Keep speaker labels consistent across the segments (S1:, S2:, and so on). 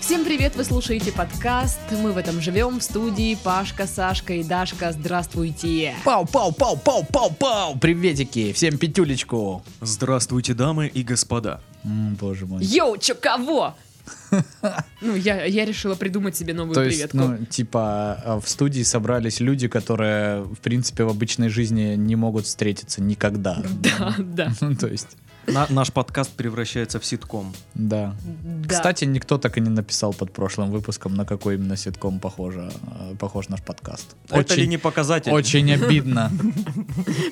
S1: Всем привет, вы слушаете подкаст. Мы в этом живем в студии. Пашка, Сашка и Дашка, здравствуйте.
S2: Пау, пау, пау, пау, пау, пау. Приветики, всем пятюлечку.
S3: Здравствуйте, дамы и господа.
S2: М, боже мой.
S1: Йоу, чё, кого? Ну, я, я решила придумать себе новую
S2: То есть,
S1: приветку.
S2: ну, типа, а, в студии собрались люди, которые, в принципе, в обычной жизни не могут встретиться никогда.
S1: Да, да,
S2: Ну, То есть,
S3: На- наш подкаст превращается в ситком.
S2: да.
S1: да.
S2: Кстати, никто так и не написал под прошлым выпуском, на какой именно ситком похоже, э, похож наш подкаст.
S3: Это ли не показатель?
S2: очень обидно.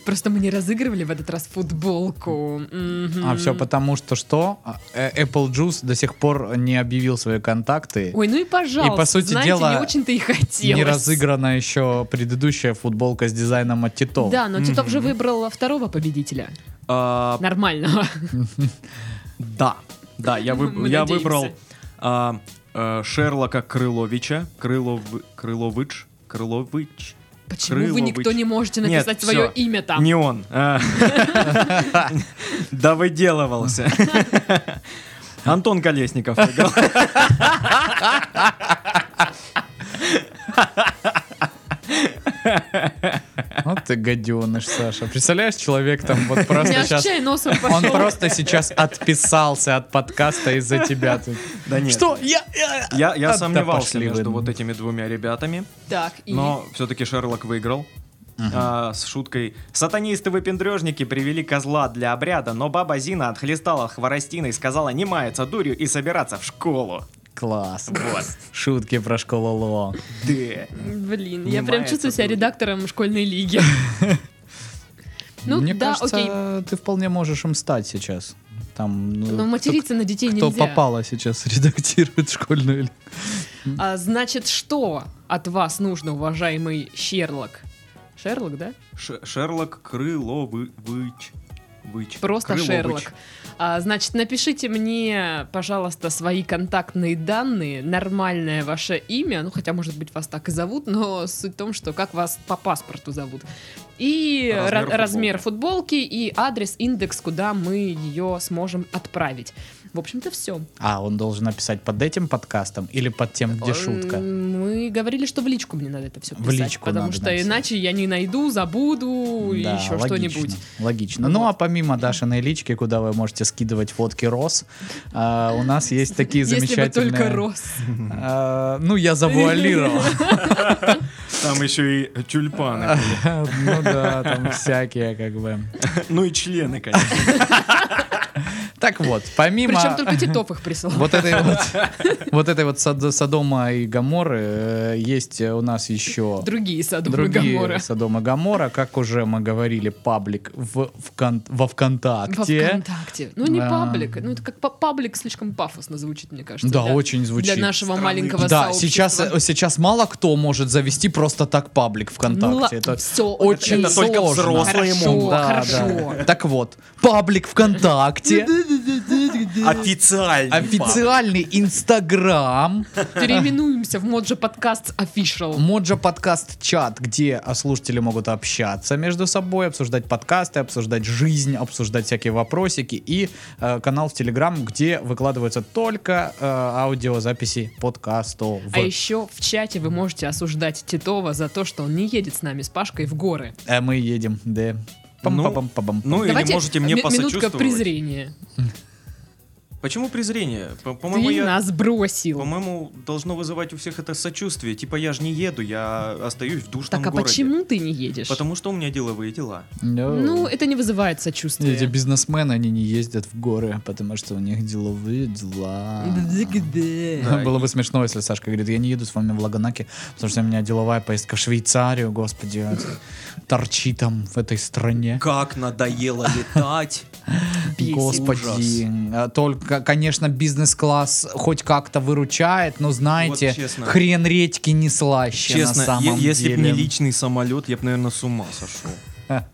S1: просто мы не разыгрывали в этот раз футболку. Мгм.
S2: А все потому, что что? А, э, Apple Juice до сих пор не объявил свои контакты.
S1: Ой, ну и пожалуйста.
S2: И, по сути
S1: знаете,
S2: дела,
S1: не очень-то и хотелось.
S2: Не разыграна еще предыдущая футболка с дизайном от Титова.
S1: Да, но Титов
S3: Мгм.
S1: же выбрал второго победителя.
S3: А,
S1: Нормального.
S3: да, да, я, выб-
S1: Мы
S3: я
S1: надеемся.
S3: выбрал а, э, Шерлока Крыловича. Крылов... Крылович? Крылович?
S1: Почему вы
S3: Крыловыч.
S1: никто не можете
S3: Нет,
S1: написать свое
S3: всё.
S1: имя там?
S3: Не он. А. Да выделывался. Антон Колесников. играл.
S2: Вот Ну ты гаденыш, Саша. Представляешь, человек там вот
S1: У меня
S2: просто
S1: аж
S2: сейчас...
S1: чай носом
S2: Он
S1: пошел.
S2: просто сейчас отписался от подкаста из-за тебя. Ты-
S3: Да нет.
S2: Что? Я... я-
S3: Я, я
S2: Да
S3: сомневался
S2: пошли вы.
S3: между вот этими двумя ребятами,
S1: Так, и...
S3: но все-таки Шерлок выиграл. А, с шуткой «Сатанисты-выпендрежники привели козла для обряда, но баба Зина отхлестала хворостиной, сказала не маяться дурью и собираться в школу».
S2: Класс.
S3: Вот.
S2: Шутки про школу ЛО.
S3: Да.
S1: Блин, я
S3: Внимается
S1: прям чувствую себя
S3: тут.
S1: редактором школьной лиги. Ну
S2: Мне
S1: да,
S2: кажется,
S1: окей.
S2: ты вполне можешь им стать сейчас. Там, ну,
S1: Но
S2: кто-
S1: материться на детей
S2: кто
S1: нельзя.
S2: попало сейчас редактирует школьную ли-
S1: А, Значит, что от вас нужно, уважаемый Шерлок? Шерлок, да?
S3: Ш- Шерлок Крыловыч. Выч.
S1: Просто
S3: Крыловыч.
S1: Шерлок. А, Значит, напишите мне, пожалуйста, свои контактные данные, нормальное ваше имя, ну хотя, может быть, вас так и зовут, но суть в том, что как вас по паспорту зовут. И ра-
S3: Размер
S1: размер,
S3: футболки.
S1: футболки и адрес, индекс, куда мы ее сможем отправить. В общем-то, все.
S2: А, он должен написать под этим подкастом или под тем, где шутка?
S1: Мы говорили, что в личку мне надо это все
S2: В
S1: писать.
S2: личку
S1: потому
S2: надо
S1: что
S2: написать.
S1: иначе я не найду, забуду и
S2: Да,
S1: еще
S2: логично,
S1: что-нибудь.
S2: Логично.
S1: Вот.
S2: Ну а помимо Дашиной лички, куда вы можете скидывать фотки роз, а, у нас есть такие
S1: Если бы
S2: замечательные...
S1: только рос.
S2: А, ну, я завуалировал.
S3: Там еще и тюльпаны.
S2: Ну да, там всякие как бы.
S3: Ну и члены, конечно.
S2: Так вот, помимо...
S1: Причем только Титов их прислал.
S2: Вот этой вот, вот этой вот Сод- Содома и Гаморы э, есть э, у нас еще
S1: Другие Содом и
S2: другие
S1: Гоморра.
S2: Содома и Гамора, как уже мы говорили, паблик в, вкон- во
S1: Во
S2: ВКонтакте.
S1: ВКонтакте. Ну, не
S2: Да.
S1: паблик. Ну, это как па- паблик слишком пафосно звучит, мне кажется.
S2: Да,
S1: для-
S2: очень звучит.
S1: Для нашего
S3: Страны.
S1: маленького
S2: Да,
S1: типа, сообщества.
S2: сейчас, э, сейчас мало кто может завести просто так паблик ВКонтакте.
S1: Ну, ла-
S2: это
S1: всё,
S2: очень
S1: это- это
S3: только
S2: сложно.
S3: взрослые
S1: Хорошо, могут. хорошо.
S2: Так вот, паблик ВКонтакте,
S3: Официально.
S2: официальный Инстаграм,
S1: Переименуемся в Моджо подкаст Official.
S2: Моджа подкаст чат, где а, слушатели могут общаться между собой, обсуждать подкасты, обсуждать жизнь, обсуждать всякие вопросики и э, канал в Телеграм, где выкладываются только э, аудиозаписи подкастов.
S1: А еще в чате вы можете осуждать Титова за то, что он не едет с нами с Пашкой в горы.
S2: Э, мы едем, да. Пам-пам-пам-пам.
S3: Ну или
S1: Давайте
S3: можете мне
S1: ми- минутка
S3: посочувствовать.
S1: презрения.
S3: Почему презрение? По- По-моему,
S1: Ты
S3: я...
S1: нас бросил.
S3: По-моему, должно вызывать у всех это сочувствие. Типа, я же не еду, я остаюсь в душном
S1: Так, а
S3: городе.
S1: почему ты не едешь?
S3: Потому что у меня деловые дела.
S2: Ну,
S1: Ну, это не вызывает
S2: Эти
S1: сочувствия.
S2: бизнесмены, они не ездят в горы, потому что у них деловые дела.
S1: Да-да-да.
S3: Да,
S2: Было бы смешно, если Сашка говорит, я не еду с вами в Лаганаки, потому что у меня деловая поездка в Швейцарию, господи, а торчи там в этой стране.
S3: Как надоело летать.
S1: Бесит.
S2: Господи, А только, конечно, бизнес-класс хоть как-то выручает, но знаете,
S3: Вот честно.
S2: хрен редьки не слаще на
S3: Честно,
S2: самом
S3: е- если бы
S2: деле.
S3: не личный самолет, я бы, наверное, с ума сошел.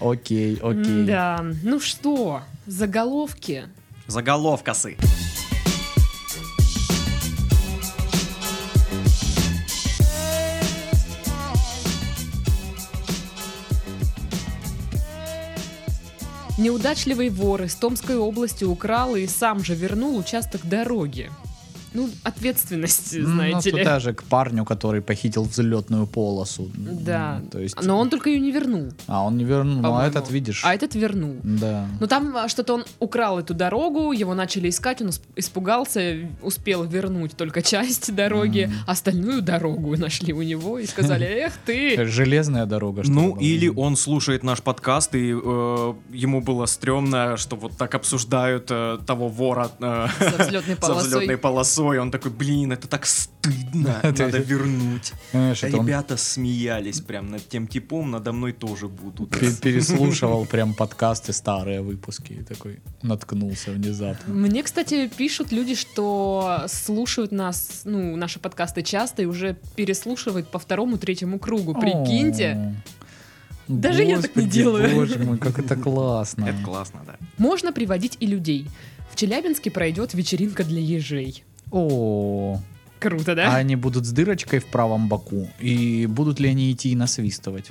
S2: Окей, окей.
S1: Да. Ну что, заголовки?
S3: Заголовка сы.
S1: Неудачливый вор из Томской области украл и сам же вернул участок дороги. Ну, ответственность,
S2: Ну,
S1: знаете ли.
S2: туда же к парню, который похитил взлетную полосу.
S1: Да.
S2: То есть...
S1: Но он только ее не вернул.
S2: А он не вернул, ну, а
S1: по-моему.
S2: этот видишь.
S1: А этот вернул.
S2: Да.
S1: Ну там а, что-то он украл эту дорогу, его начали искать, он ус- испугался, успел вернуть только часть дороги,
S2: Мгм.
S1: остальную дорогу нашли у него и сказали, эх ты,
S2: Железная дорога. что
S3: Ну,
S2: было.
S3: или он слушает наш подкаст, и э, ему было стрёмно, что вот так обсуждают э, того вора э,
S1: со взлетной
S3: со
S1: полосой.
S3: взлетной полосой. Он такой, блин, это так стыдно, надо вернуть.
S2: Знаешь, это он
S3: А Ребята смеялись прям над тем типом, надо мной тоже будут.
S2: пе- переслушивал прям подкасты, старые выпуски, и такой наткнулся внезапно.
S1: Мне, кстати, пишут люди, что слушают нас, ну, наши подкасты часто и уже переслушивают по второму, третьему кругу. Прикиньте.
S2: О,
S1: Даже я так не
S2: господи,
S1: делаю.
S2: Боже мой, как это классно.
S3: Это классно, да.
S1: Можно приводить и людей. В Челябинске пройдет вечеринка для ежей.
S2: О,
S1: Круто,
S2: а
S1: да?
S2: они будут с дырочкой в правом боку. И будут ли они идти и насвистывать?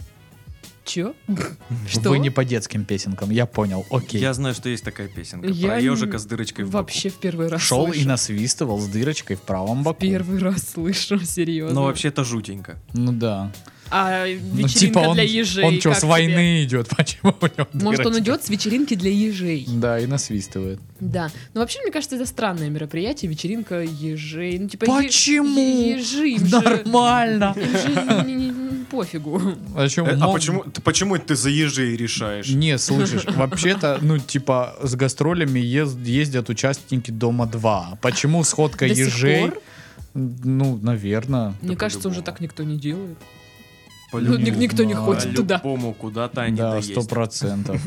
S1: Чё? Что?
S2: Вы не по детским песенкам, я понял. Окей.
S3: Я знаю, что есть такая песенка
S1: Я
S3: про
S1: не-
S3: ежика с дырочкой в боку.
S1: Вообще в первый раз
S2: Шел и
S1: слышу.
S2: насвистывал с дырочкой в правом боку.
S1: Первый раз слышу, серьезно.
S3: Но вообще-то жутенько.
S2: Ну да.
S1: А
S2: Ну,
S1: вечеринка
S2: типа он,
S1: для ежей.
S2: он что,
S1: как
S2: с
S1: тебе?
S2: войны идет? Почему у него типа?
S1: Может, он
S2: дырочка?
S1: идет с вечеринки для ежей.
S2: Да, и насвистывает.
S1: Да. Ну, вообще, мне кажется, это странное мероприятие. Вечеринка ежей. Ну, типа, е-
S2: Почему?
S1: е- ежи. Им же,
S2: Нормально.
S1: им же не- не- не- пофигу.
S2: А, чё,
S3: Э, А
S2: мог-
S3: почему, ты- почему это ты за ежей решаешь?
S1: ну,
S2: Не, слышишь, вообще-то, ну, типа, с гастролями ез- ездят участники Дома 2. Почему сходка
S1: До сих
S2: ежей?
S1: пор?
S2: Ну, наверное.
S1: Мне кажется, уже
S3: по-любому.
S1: так никто не делает.
S3: По-любому. А,
S1: Ну, ник- никто не
S2: Да.
S1: ходит туда.
S3: По-любому куда-то они
S2: Да,
S3: доесть.
S2: сто процентов.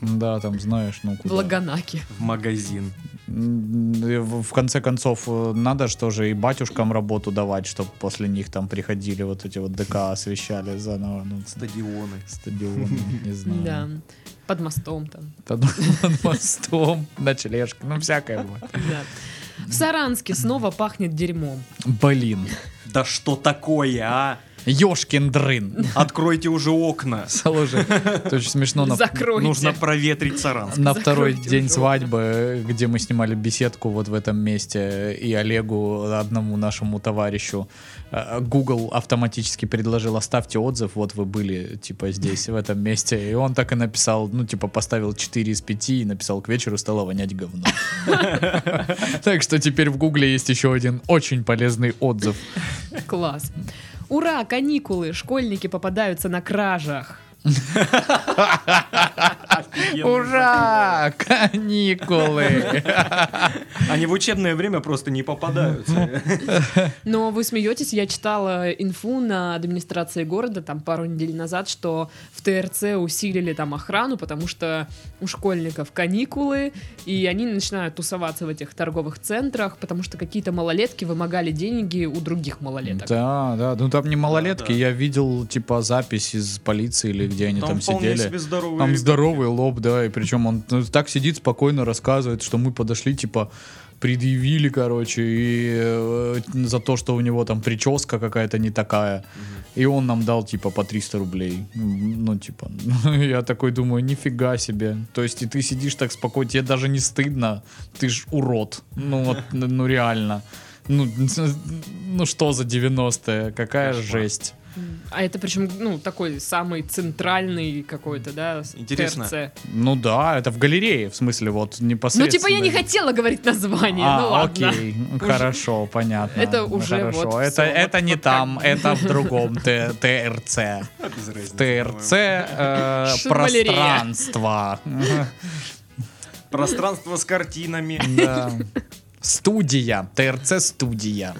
S2: Да, там, знаешь, ну
S1: В
S2: куда.
S1: Лаганаке.
S3: В магазин.
S2: М, и В в конце концов, э, надо что же и батюшкам работу давать, чтобы после них там приходили вот эти вот ДК, освещали заново. Ну, ст-
S3: Стадионы.
S2: стадион, не знаю.
S1: Да. Под мостом там.
S2: Под, под мостом, ночлежка, ну всякое бывает.
S1: Да. В Саранске снова пахнет дерьмом.
S2: Блин,
S3: Да что такое, а?
S2: ёшкин дрын.
S3: Откройте уже окна.
S2: Слушай, это очень смешно. Ну, На,
S1: Закройте.
S3: Нужно проветрить Саранск.
S2: на
S1: Закройте
S2: второй
S1: уже
S2: день
S1: окна.
S2: свадьбы, где мы снимали беседку вот в этом месте, и Олегу, одному нашему товарищу, э, Google автоматически предложил, оставьте отзыв, вот вы были, типа, здесь, в этом месте. И он так и написал, ну, типа, поставил 4 из 5 и написал, к вечеру стало вонять говно. Так что теперь в Гугле есть еще один очень полезный отзыв.
S1: Класс. Ура, каникулы. Школьники попадаются на кражах.
S2: Ура! Каникулы!
S3: Они в учебное время просто не попадаются.
S1: Но вы смеетесь, я читала инфу на администрации города там пару недель назад, что в ТРЦ усилили там охрану, потому что у школьников каникулы, и они начинают тусоваться в этих торговых центрах, потому что какие-то малолетки вымогали деньги у других малолеток.
S2: Да, да. Ну там не малолетки,
S3: Да, да.
S2: я видел типа запись из полиции или где они там,
S3: вполне
S2: сидели.
S3: себе здоровые
S2: Там
S3: ребята.
S2: здоровый лоб, да, и причем он ну, так сидит спокойно рассказывает, что мы подошли типа предъявили, короче, и э, за то, что у него там прическа какая-то не такая. И он нам дал, типа, по 300 рублей. М, Ну, типа, я такой думаю, нифига себе. То есть, и ты сидишь так спокойно, тебе даже не стыдно. Ты ж урод. Ну, вот, ну, реально. Ну, ну что за 90-е? Какая
S3: Кошмар.
S2: жесть.
S1: А это причем, ну, такой самый центральный какой-то, да, с-
S3: Интересно.
S1: ТРЦ.
S2: Ну да, это в галерее, в смысле, вот непосредственно.
S1: Ну, типа, я не хотела говорить название,
S2: А,
S1: ну ладно.
S2: окей, хорошо, понятно.
S1: Это
S2: Ну,
S1: уже
S2: хорошо.
S1: вот
S2: это
S1: всё,
S2: это
S1: вот-
S2: не
S1: вот как
S2: там, это в другом Т- ТРЦ.
S3: А, без разницы,
S2: ТРЦ
S3: по-моему.
S2: э,
S1: Шурмалерия.
S2: пространство.
S3: Пространство с картинами.
S2: Да. Студия. ТРЦ студия.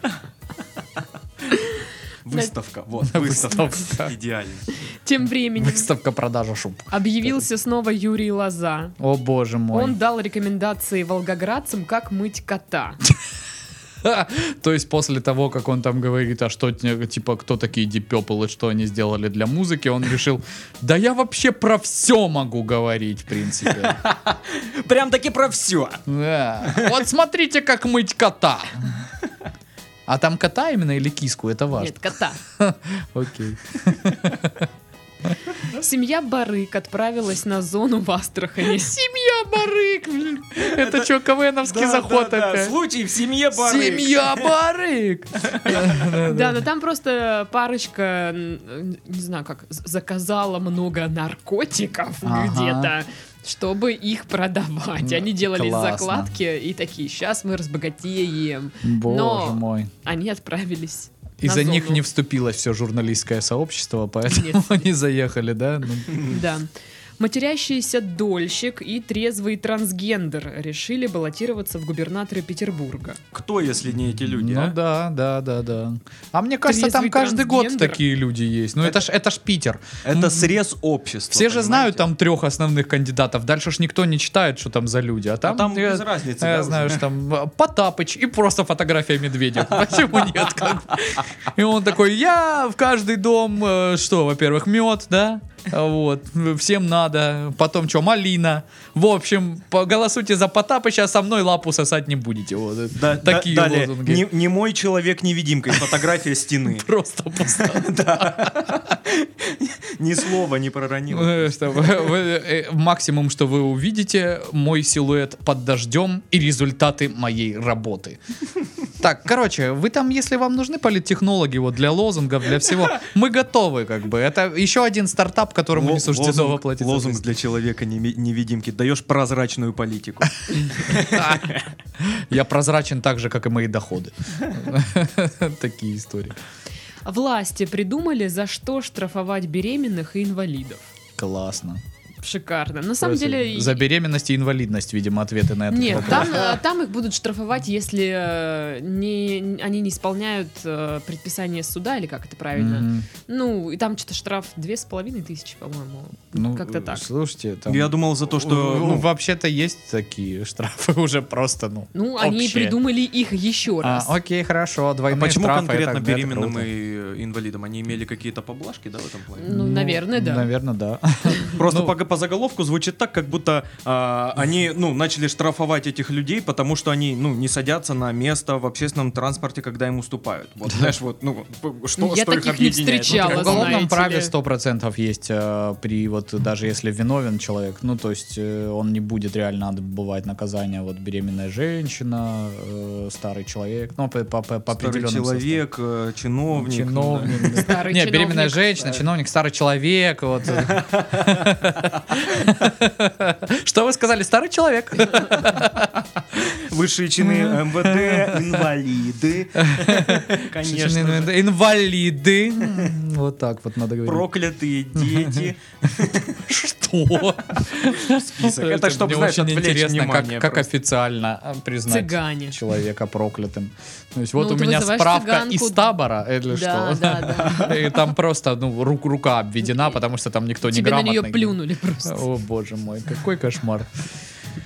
S3: Выставка. Вот, выставка.
S2: Выставка.
S3: Идеально.
S1: Тем временем
S2: Выставка продажа шуб.
S1: объявился снова Юрий Лоза.
S2: О боже мой.
S1: Он дал рекомендации волгоградцам, как мыть кота.
S2: То есть после того, как он там говорит, а что, те- типа, кто такие Deep Purple и что они сделали для музыки, он решил, да я вообще про все могу говорить, в принципе.
S3: Прям таки про все.
S2: Да. Вот смотрите, как мыть кота. А там кота именно или киску, это важно.
S1: Нет, кота.
S2: Окей.
S1: Семья Барык отправилась на зону в Астрахани.
S2: Семья
S1: Семья Барык! блин. Это что, КВНовский
S3: Да,
S1: заход
S3: да, да.
S1: опять?
S3: Случай в семье Барык.
S2: Семья Барык!
S1: Да, но там просто парочка, м, не знаю как, з- заказала много наркотиков
S2: Ага.
S1: где-то, чтобы их продавать.
S2: Ну,
S1: Они делали
S2: классно.
S1: закладки и такие, сейчас мы разбогатеем.
S2: Боже
S1: Но-
S2: мой.
S1: Они отправились. на
S2: Из-за них
S1: зону.
S2: не вступилось все журналистское сообщество, поэтому
S1: Нет.
S2: они заехали, да? Ну,
S1: Да. Матерящийся дольщик и трезвый трансгендер решили баллотироваться в губернаторы Петербурга.
S3: Кто, если не эти люди,
S2: Ну
S3: а?
S2: да, да, да, да. А мне кажется, там
S1: Трезвый
S2: каждый год
S1: трансгендер.
S2: такие люди есть. Ну это ж, это ж Питер.
S3: Это срез общества.
S2: М-м. Все же
S3: понимаете?
S2: знают а там трех основных кандидатов. Дальше ж никто не читает, что там за люди. А там,
S3: Ну, там
S2: э,
S3: без разницы,
S2: э,
S3: да, уже.
S2: знаешь, там э, Потапыч и просто фотография медведя. Почему нет? как бы? И он такой, я в каждый дом, э, что, во-первых, мед, да? А Вот, всем надо. Потом что, малина. В общем, голосуйте за Потапыча, а со мной лапу сосать не будете. Вот, э,
S3: Да- да-
S2: такие
S3: далее.
S2: лозунги.
S3: Не, не мой человек невидимка и фотография стены.
S2: Просто пусто.
S3: Ни слова не проронила.
S2: Э, что, вы- вы, э, Максимум, что вы увидите, мой силуэт под дождем и результаты моей работы. Так, короче, вы там, если вам нужны политтехнологи вот для лозунгов, для всего, мы готовы, как бы. Это еще один стартап, которому не
S3: Ло-
S2: суждено воплотиться. в
S3: лозунг
S2: жизнь.
S3: для человека неви- невидимки. Даешь прозрачную политику.
S2: Я прозрачен так же, как и мои доходы. Такие истории.
S1: Власти придумали, за что штрафовать беременных и инвалидов.
S2: Классно.
S1: Шикарно. На самом
S2: Просто
S1: деле...
S2: За беременность и инвалидность, видимо, ответы на это.
S1: Нет, там, э, там их будут штрафовать, если э, не, они не исполняют э, предписание суда, или как это правильно. Ну, и там что-то штраф две с половиной тысячи, по-моему. Как-то так.
S2: Ну, Слушайте, там...
S3: Я думал за то, что...
S2: Ну,
S3: ну,
S2: вообще-то есть такие штрафы уже просто, ну.
S1: Ну, они и
S2: общие.
S1: придумали их еще
S2: А,
S1: раз.
S2: окей, хорошо,
S3: А
S2: двойные
S3: почему
S2: штрафы,
S3: конкретно
S2: это- это
S3: беременным
S2: круто.
S3: и э, инвалидам? Они имели какие-то поблажки, да, в этом плане?
S1: Ну, наверное, да.
S2: Наверное, да.
S3: Просто
S2: Ну.
S3: по, по заголовку звучит так, как будто а, они, ну, начали штрафовать этих людей, потому что они, ну, не садятся на место в общественном транспорте, когда им уступают. Вот, знаешь, вот, ну, п- что,
S1: Я
S3: что их
S1: таких не
S3: объединяет?
S1: встречала,
S2: В
S3: Ну,
S1: Вы
S2: уголовном
S1: знаете
S2: праве
S1: ли.
S2: 100% есть э, при вот даже если виновен человек, ну то есть э, он не будет реально отбывать наказание, вот беременная женщина, э, старый человек, ну по, по, по- по
S3: Старый
S2: определенным
S3: человек, э,
S2: составам.
S3: чиновник.
S2: чиновник.
S1: Старый
S2: Не,
S1: чиновник.
S2: беременная женщина, чиновник, старый человек. Вот. Что вы сказали? Старый человек.
S3: да. Высшие чины МВД, инвалиды. Конечно. же.
S2: Инвалиды. Инвалиды. М, Вот так вот надо говорить.
S3: Проклятые дети.
S2: Что?
S3: Список. Это чтобы,
S2: мне
S3: знаешь,
S2: очень
S3: отвлечь
S2: интересно, как-
S3: внимание.
S2: как
S3: просто.
S2: официально э, признать
S1: Цыгане.
S2: человека проклятым. То есть вот
S1: Ну,
S2: у
S1: ты
S2: меня
S1: вызываешь
S2: справка
S1: цыганку.
S2: из табора, или
S1: Да,
S2: что?
S1: да, да.
S2: И там просто ну, рук- рука обведена, потому что там никто не
S1: Тебе на
S2: грамотный.
S1: нее плюнули просто.
S2: О, боже мой, какой кошмар.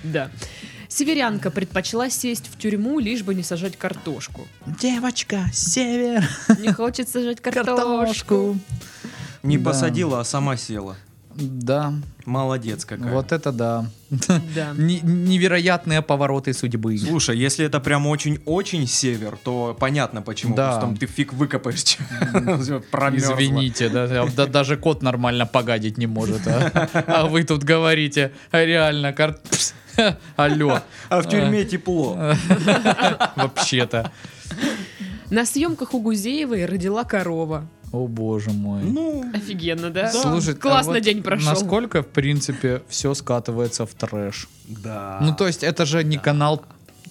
S1: Да. Северянка предпочла сесть в тюрьму, лишь бы не сажать картошку.
S2: Девочка, север,
S1: Не хочет сажать картошку.
S2: картошку.
S3: Не
S2: Да.
S3: посадила, а сама села.
S2: Да,
S3: Молодец какая.
S2: вот это да.
S1: Да.
S2: Н- невероятные повороты судьбы.
S3: Слушай, если это прям очень-очень север, то понятно почему.
S2: Да.
S3: Потому что там ты фиг выкопаешь. чё. Всё промёрзло.
S2: Извините, да, да- даже кот нормально погадить не может. А, А вы тут говорите, а реально, кар... пс, алло,
S3: А в тюрьме тепло.
S2: вообще-то.
S1: На съемках у Гузеевой родила корова.
S2: О боже мой.
S3: Ну,
S1: Офигенно, да?
S2: Слушай, а
S1: Классно
S2: вот
S1: день прошел.
S2: Насколько, в принципе, все скатывается в трэш.
S3: да.
S2: Ну, то есть, это же не канал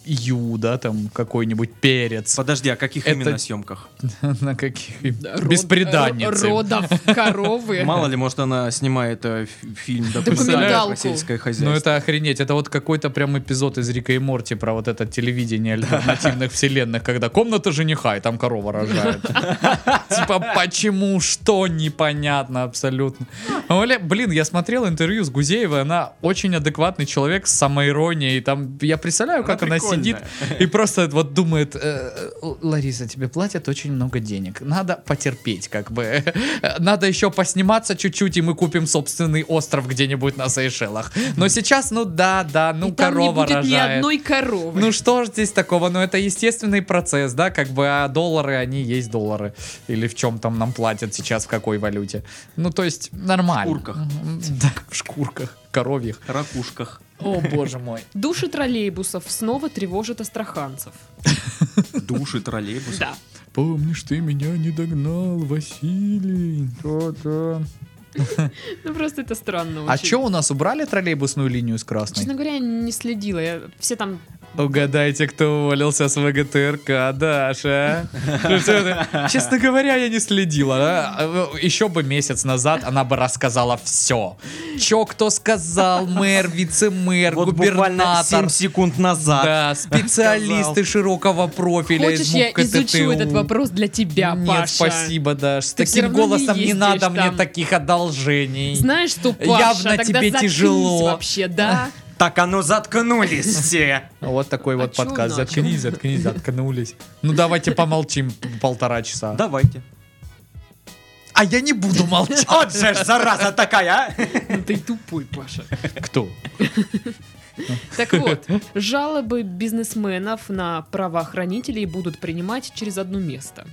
S2: Ю, да, там какой-нибудь перец.
S3: Подожди, а каких
S2: Это-
S3: именно съемках?
S2: На каких
S1: Да, род-
S2: беспреданницы.
S1: ро- Родов,
S2: Э.
S1: коровы.
S3: Мало ли, может, она снимает э, фи- фильм, допустим,
S1: Документалку.
S3: про сельское
S2: Ну
S3: хозяйство.
S2: это охренеть, это вот какой-то прям эпизод из Рика и Морти про вот это телевидение альтернативных вселенных, когда комната жениха, и там корова рожает. Типа, почему, что, непонятно абсолютно. Оля, блин, я смотрел интервью с Гузеевой, она очень адекватный человек с самоиронией, там, я представляю,
S3: Она
S2: как она
S3: прикольная.
S2: сидит и просто вот думает, «Э, Л- Лариса, тебе платят очень много денег, надо потерпеть, как бы, надо еще посниматься чуть-чуть, и мы купим собственный остров где-нибудь на Сейшелах. Но сейчас, ну да, да, ну
S1: И там не
S2: корова
S1: будет ни
S2: рожает.
S1: одной коровы.
S2: Ну что ж здесь такого? Ну это естественный процесс, да, как бы, а доллары, они есть доллары. Или в чем там нам платят сейчас, в какой валюте. Ну то есть нормально.
S3: шкурках.
S2: Да, в шкурках, коровьих.
S3: Ракушках.
S2: О, боже мой.
S1: Души троллейбусов снова тревожат астраханцев.
S3: Души троллейбус.
S1: Да.
S2: Помнишь, ты меня не догнал, Василий.
S1: Ну просто это странно
S2: А
S1: очень.
S2: что у нас убрали троллейбусную линию с
S1: Честно
S2: красной?
S1: говоря, я не следила. Я... Все там...
S2: Угадайте, кто уволился с ВГТРК, Даша. Ну что это? Честно говоря, я не следила. а? Еще бы месяц назад она бы рассказала все. Че кто сказал, мэр, вице-мэр,
S3: Вот буквально 7
S2: губернатор.
S3: секунд назад.
S2: Да, специалисты
S3: сказал.
S2: широкого профиля
S1: Хочешь,
S2: из
S1: я
S2: МУП
S1: изучу
S2: КТТУ?
S1: этот вопрос для тебя,
S2: Нет,
S1: Паша?
S2: спасибо, Даш. С
S1: Ты всё
S2: таким
S1: равно не
S2: голосом не
S1: ездишь
S2: надо мне
S1: там.
S2: таких одолжений.
S1: Знаешь что, Паша,
S2: Явно
S1: тогда
S2: тебе
S1: заткнись
S2: тяжело.
S1: вообще, да?
S3: Так, а ну заткнулись все.
S2: Вот такой
S1: А
S2: вот
S1: чё
S2: подкаст.
S1: начал?
S2: Заткнись, заткнись, заткнулись. Ну давайте помолчим п- полтора часа.
S3: Давайте.
S2: А я не буду молчать.
S3: Вот же ж зараза такая, а!
S1: Ну ты тупой, Паша.
S2: Кто?
S1: Так вот, жалобы бизнесменов на правоохранителей будут принимать через одно место.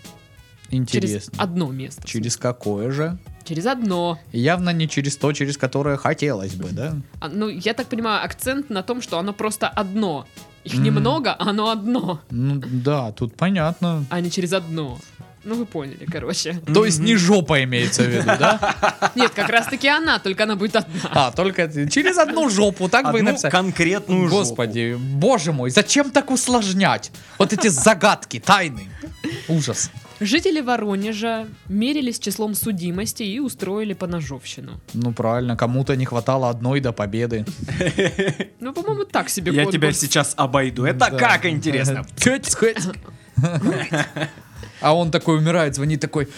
S1: Через
S2: Интересно.
S1: одно место.
S2: Через какое же?
S1: Через одно.
S2: Явно не через то, через которое хотелось бы, да?
S1: А, Ну, я так понимаю, акцент на том, что оно просто одно. Их
S2: Мгм.
S1: немного, а оно одно,
S2: Ну да, тут понятно.
S1: а не через одно. Ну, вы поняли, короче.
S2: То есть не жопа имеется в виду, да?
S1: Нет, как раз-таки она, только она будет одна.
S2: А, только через одну жопу, так бы и
S3: Одну
S2: написали.
S3: конкретную жопу.
S2: Господи, боже мой, зачем так усложнять? Вот эти загадки, тайны. Ужас.
S1: Жители Воронежа мерились числом судимости и устроили поножовщину.
S2: Ну правильно, кому-то не хватало одной до победы.
S1: Ну, по-моему, так себе
S3: Я тебя
S1: конкурс.
S3: сейчас обойду. Это
S2: Да.
S3: как интересно.
S2: Теть, хоть. А он такой умирает, звонит такой,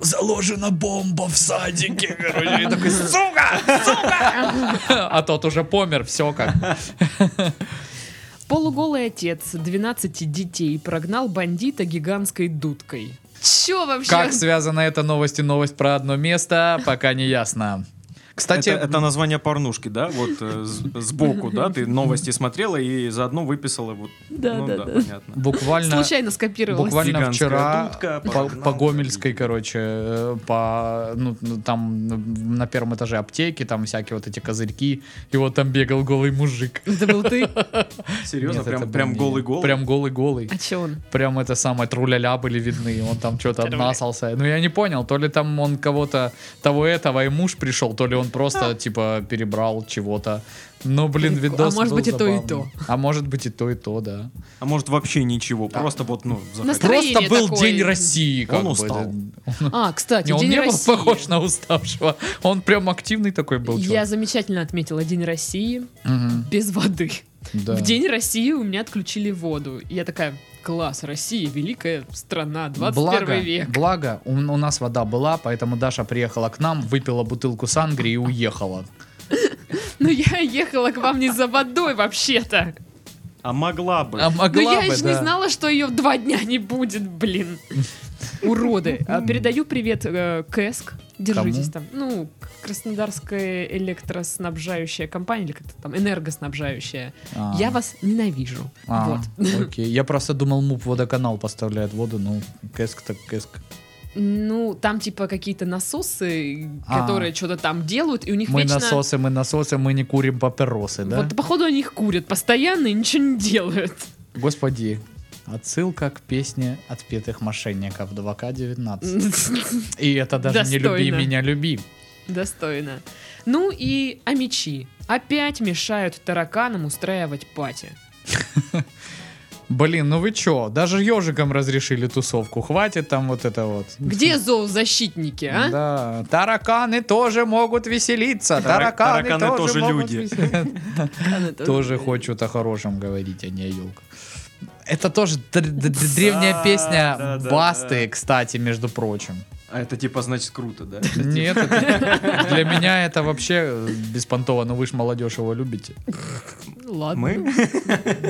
S2: заложена бомба в садике. Короче, и такой, сука, сука. А тот уже помер, все как.
S1: Полуголый отец 12 детей прогнал бандита гигантской дудкой. Чё вообще?
S2: Как связана эта новость и новость про одно место, пока не ясно. Кстати,
S3: Это, это название порнушки, да? Вот э, с- сбоку, да? Ты новости смотрела и заодно выписала. Вот.
S1: Да,
S3: ну,
S1: да, да.
S3: понятно.
S2: буквально...
S1: Случайно скопировалась.
S2: Буквально
S3: Гигантская
S2: вчера
S3: дудка,
S2: по,
S3: погнал.
S2: по Гомельской, короче, э, по ну ну, там на первом этаже аптеки, там всякие вот эти козырьки, и вот там бегал голый мужик.
S1: Это был ты?
S3: Серьезно,
S2: Нет, это
S3: прям,
S2: был
S3: прям
S2: не-
S3: голый голый.
S2: Прям голый голый.
S1: А чё он?
S2: Прям это самое труляля были видны. Он там что-то
S1: Труля.
S2: обнасался. Ну я не понял, то ли там он кого-то того этого и муж пришел, то ли он просто типа перебрал чего-то. Ну блин,
S1: Прикол.
S2: видос
S1: А может
S2: был
S1: быть, и то, и
S2: забавный.
S1: то.
S2: А может быть и то и то, да.
S3: А может вообще ничего. Просто вот, ну, захотел.
S1: Настроение
S2: Просто был
S1: такое.
S2: день России, как
S3: Он
S2: бы.
S3: устал.
S2: Это-
S1: А, кстати,
S2: Ну, Не, он
S1: День
S2: не
S1: России.
S2: был похож на уставшего. Он прям активный такой был.
S1: Я замечательно отметила День России
S2: чувак. Мгм,
S1: без воды.
S2: да.
S1: В День России у меня отключили воду. И Я такая, класс, Россия, великая страна, 21
S2: благо,
S1: век.
S2: Благо, у, у нас вода была, поэтому Даша приехала к нам, выпила бутылку сангри и уехала.
S1: Но Ну, я ехала к вам не за водой вообще-то.
S3: А могла бы.
S2: А
S1: Но
S2: могла
S1: Ну, я
S2: бы,
S1: еще
S2: да.
S1: не знала, что ее два дня не будет, блин. Уроды. А, Передаю привет э, КЭСК. Держитесь там. Ну, к- Краснодарская электроснабжающая компания, или как-то там, энергоснабжающая.
S2: А,
S1: Я вас ненавижу.
S2: а,
S1: Вот.
S2: Окей. Я просто думал, МУП водоканал поставляет воду, ну, кэск так кэск.
S1: Ну, там типа какие-то насосы,
S2: А.
S1: которые что-то там делают, и у них
S2: Мы
S1: вечно...
S2: насосы, мы насосы, мы не курим папиросы, да?
S1: Вот, походу, они их курят постоянно и ничего не делают.
S2: Господи. Отсылка к песне отпетых мошенников 2К19. И это даже не
S1: Достойно.
S2: «Люби меня, люби».
S1: Достойно. Ну и амичи. Опять мешают тараканам устраивать пати.
S2: Блин, ну вы чё, даже ежикам разрешили тусовку, хватит там вот это вот.
S1: Где зоозащитники, а?
S2: Да, тараканы тоже могут веселиться,
S3: Тарак-
S2: тараканы,
S3: тараканы
S2: тоже,
S3: тоже
S2: могут
S3: люди.
S2: веселиться.
S1: Тараканы тоже-
S2: Тоже хочет о хорошем говорить, а не о елках. Это тоже др- др- др- древняя
S3: Да,
S2: песня
S3: да, да,
S2: Басты,
S3: да.
S2: кстати, между прочим.
S3: А это типа значит круто, да?
S2: Нет, это- для меня это вообще беспонтово, но вы ж молодежь его любите.
S1: Ладно.
S3: Мы?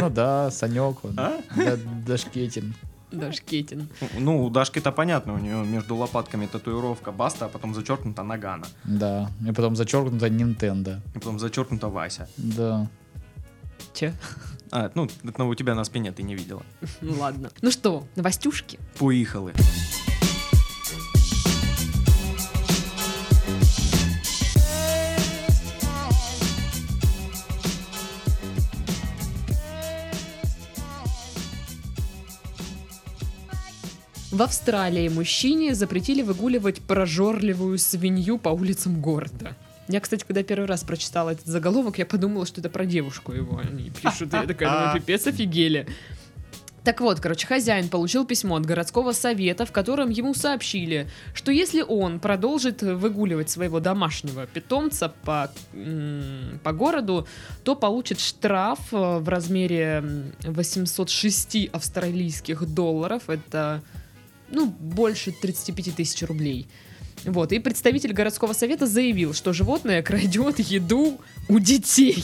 S2: Ну да, Санек, он,
S3: А?
S2: да- Дашкетин.
S1: Даже Кетин.
S3: Ну, у Дашки-то понятно, у нее между лопатками татуировка баста, а потом зачеркнута нагана.
S2: Да, и потом зачеркнуто Nintendo.
S3: И потом зачеркнута Вася.
S2: Да.
S1: Че?
S3: А, ну, это у тебя на спине ты не видела.
S1: Ну ладно. Ну что, новостюшки?
S3: Поехали.
S1: В Австралии мужчине запретили выгуливать прожорливую свинью по улицам города. Я, кстати, когда первый раз прочитала этот заголовок, я подумала, что это про девушку его они пишут. И я такая, ну, пипец, офигели. Так вот, короче, хозяин получил письмо от городского совета, в котором ему сообщили, что если он продолжит выгуливать своего домашнего питомца по, м, по городу, то получит штраф э, в размере м, 806 австралийских долларов. Это ну, больше 35 тысяч рублей. Вот, и представитель городского совета заявил, что животное крадет еду у детей.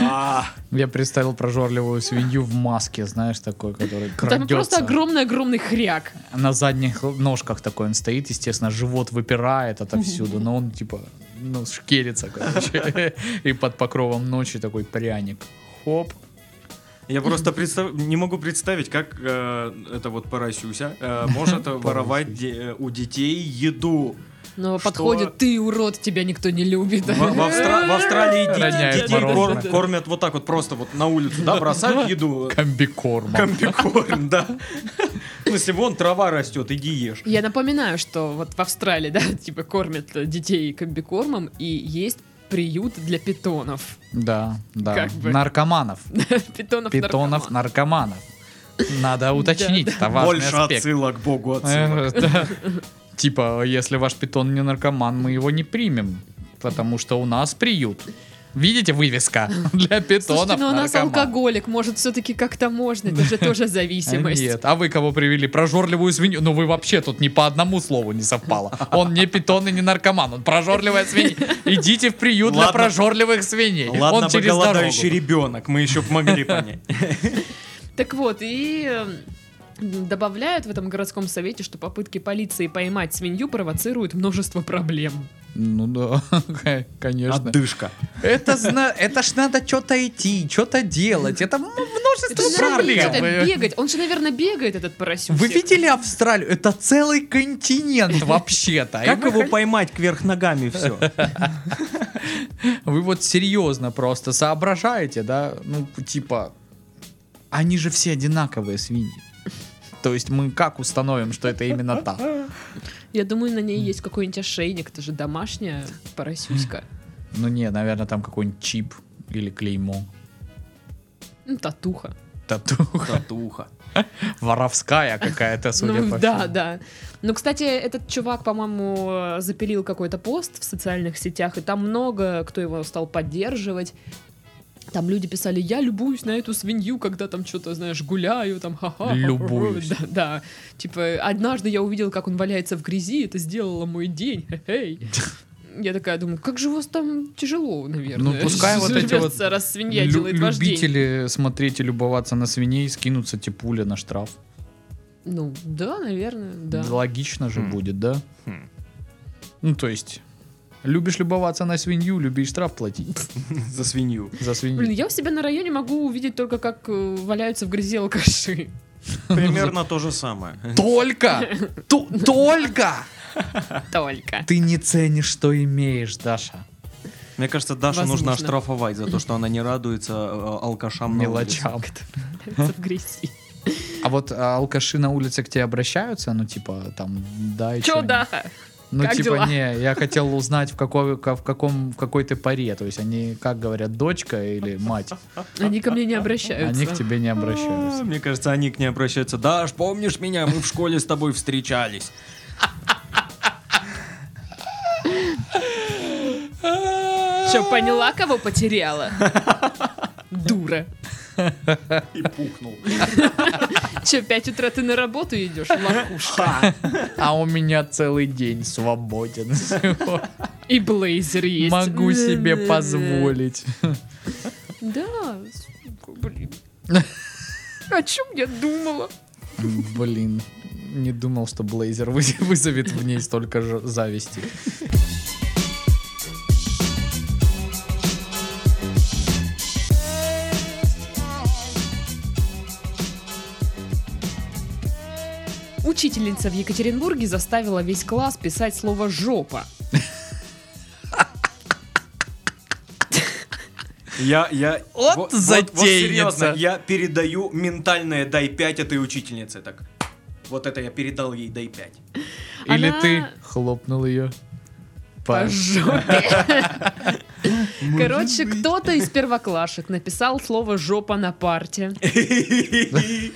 S3: А,
S2: Я представил прожорливую свинью в маске, знаешь, такой, который
S1: Там просто
S2: крадется.
S1: огромный-огромный хряк.
S2: На задних ножках такой он стоит, естественно, живот выпирает отовсюду, но он типа, ну, шкерится, короче. И под покровом ночи такой пряник. Хоп.
S3: Я просто представ- не могу представить, как э, это вот Поросюся э, может воровать де- э, у детей еду.
S1: Но
S3: Что?
S1: подходит, ты урод, тебя никто не любит.
S3: В, в Австра- в Австралии де-
S2: Роняет
S3: детей
S2: мороженое.
S3: кор- кормят вот так вот просто вот на улицу, да, бросают еду.
S2: Комбикорм.
S3: Комбикорм, да. В смысле, вон трава растет, иди ешь.
S1: Я напоминаю, что вот в Австралии, да, типа кормят э, детей комбикормом и есть приют для питонов.
S2: Да, да.
S1: Как бы.
S2: Наркоманов.
S1: Питонов, наркоманов.
S2: Питонов наркоманов. Надо уточнить, это важный
S3: Больше
S2: аспект.
S3: отсылок, богу отсылок.
S2: Э, да. Типа, если ваш питон не наркоман, мы его не примем, потому что у нас приют. Видите вывеска для питонов
S1: Слушайте, ну у нас
S2: наркоман.
S1: алкоголик, может, все-таки как-то можно, это же тоже
S2: А,
S1: зависимость.
S2: Нет, а вы кого привели? Прожорливую свинью? Ну вы вообще тут ни по одному слову не совпало. Он не питон и не наркоман, он прожорливая свинья. Идите в приют для
S3: Ладно.
S2: прожорливых свиней.
S3: Ладно
S2: Он
S3: бы
S2: через
S3: голодающий
S2: дорогу.
S3: ребенок, мы еще б могли понять.
S1: Так вот, и э, добавляют в этом городском совете, что попытки полиции поймать свинью провоцируют множество проблем.
S2: Ну да, конечно.
S3: Отдышка.
S2: Это, зна... это ж надо что-то идти, что-то делать. Это м-
S1: Это
S2: множество
S1: же
S2: проблем.
S1: нормально, это бегать. Он же, наверное, бегает, этот поросюк.
S2: Вы видели Австралию? Это целый континент вообще-то. И
S3: Как
S2: мы
S3: его поймать кверх ногами все?
S2: Вы вот серьезно просто соображаете, да? Ну, типа, они же все одинаковые свиньи. То есть мы как установим, что это именно так?
S1: Я думаю, на ней есть какой-нибудь ошейник, это же домашняя поросюська.
S2: Ну не, наверное, там какой-нибудь чип или клеймо.
S1: Ну, татуха.
S2: Татуха.
S3: Татуха.
S2: Воровская какая-то, судя
S1: Ну,
S2: по
S1: да,
S2: всему.
S1: да. Ну, кстати, этот чувак, по-моему, э, запилил какой-то пост в социальных сетях, и там много кто его стал поддерживать. Там люди писали, я любуюсь на эту свинью, когда там что-то, знаешь, гуляю, там ха-ха.
S2: Любуюсь.
S1: Да, да. Типа, однажды я увидел, как он валяется в грязи, это сделало мой день. Хе-хей. Я такая думаю, как же у вас там тяжело, наверное.
S2: Ну, пускай вот эти вот
S1: живётся, раз свинья
S2: Лю-
S1: делает ваш день.
S2: любители смотреть и любоваться на свиней скинутся типуля на штраф.
S1: Ну, да, наверное, да.
S2: Логично же
S3: Хм.
S2: будет, да?
S3: Хм.
S2: Ну, то есть, любишь любоваться на свинью, люби и штраф платить
S3: За свинью.
S2: за свинью.
S1: Блин, я у себя на районе могу увидеть только, как э, валяются в грязи алкаши.
S3: Примерно то же самое.
S2: Только! Ту- Только!
S1: Только.
S2: Ты не ценишь, что имеешь, Даша.
S3: Мне кажется, Дашу
S1: Возможно.
S3: нужно оштрафовать за то, что она не радуется э, алкашам на улице.
S2: Мелочам.
S1: Валяются в грязи.
S2: Ну, А вот а, алкаши на улице к тебе обращаются? Ну, типа, там, дай
S1: Чё,
S2: чё-нибудь.
S1: Даха?
S2: Ну,
S1: Как
S2: типа,
S1: дела?
S2: не, я хотел узнать, в какой, ка- в каком, в какой ты паре. То есть они, как говорят, дочка или мать,
S1: Они ко мне не
S2: А, они к
S1: обращаются.
S2: тебе не
S3: А,
S2: обращаются.
S3: Мне кажется, они к ней обращаются. Даш, помнишь меня? Мы в школе с тобой встречались.
S1: Чё, поняла, кого потеряла? Дура.
S3: И пухнул.
S1: Чё, в 5 утра ты на работу идешь, лохушка?
S2: А у меня целый день свободен. сегодня.
S1: И блейзер есть. М-м-м.
S2: Могу себе позволить.
S1: Да, сука, блин. О чем я думала?
S2: Блин, не думал, что Блейзер выз- вызовет в ней столько ж- зависти.
S1: Учительница в Екатеринбурге заставила весь класс писать слово «жопа».
S3: Я, я...
S2: Вот
S3: серьезно,
S2: затейница.
S3: я передаю ментальное «дай пять» этой учительнице. Так, Вот это я передал ей, дай 5.
S2: Или
S1: Она-
S2: ты хлопнул ее
S1: По
S2: по
S1: жопе.
S2: Может
S1: Короче,
S2: быть.
S1: кто-то из первоклашек написал слово «жопа» на парте.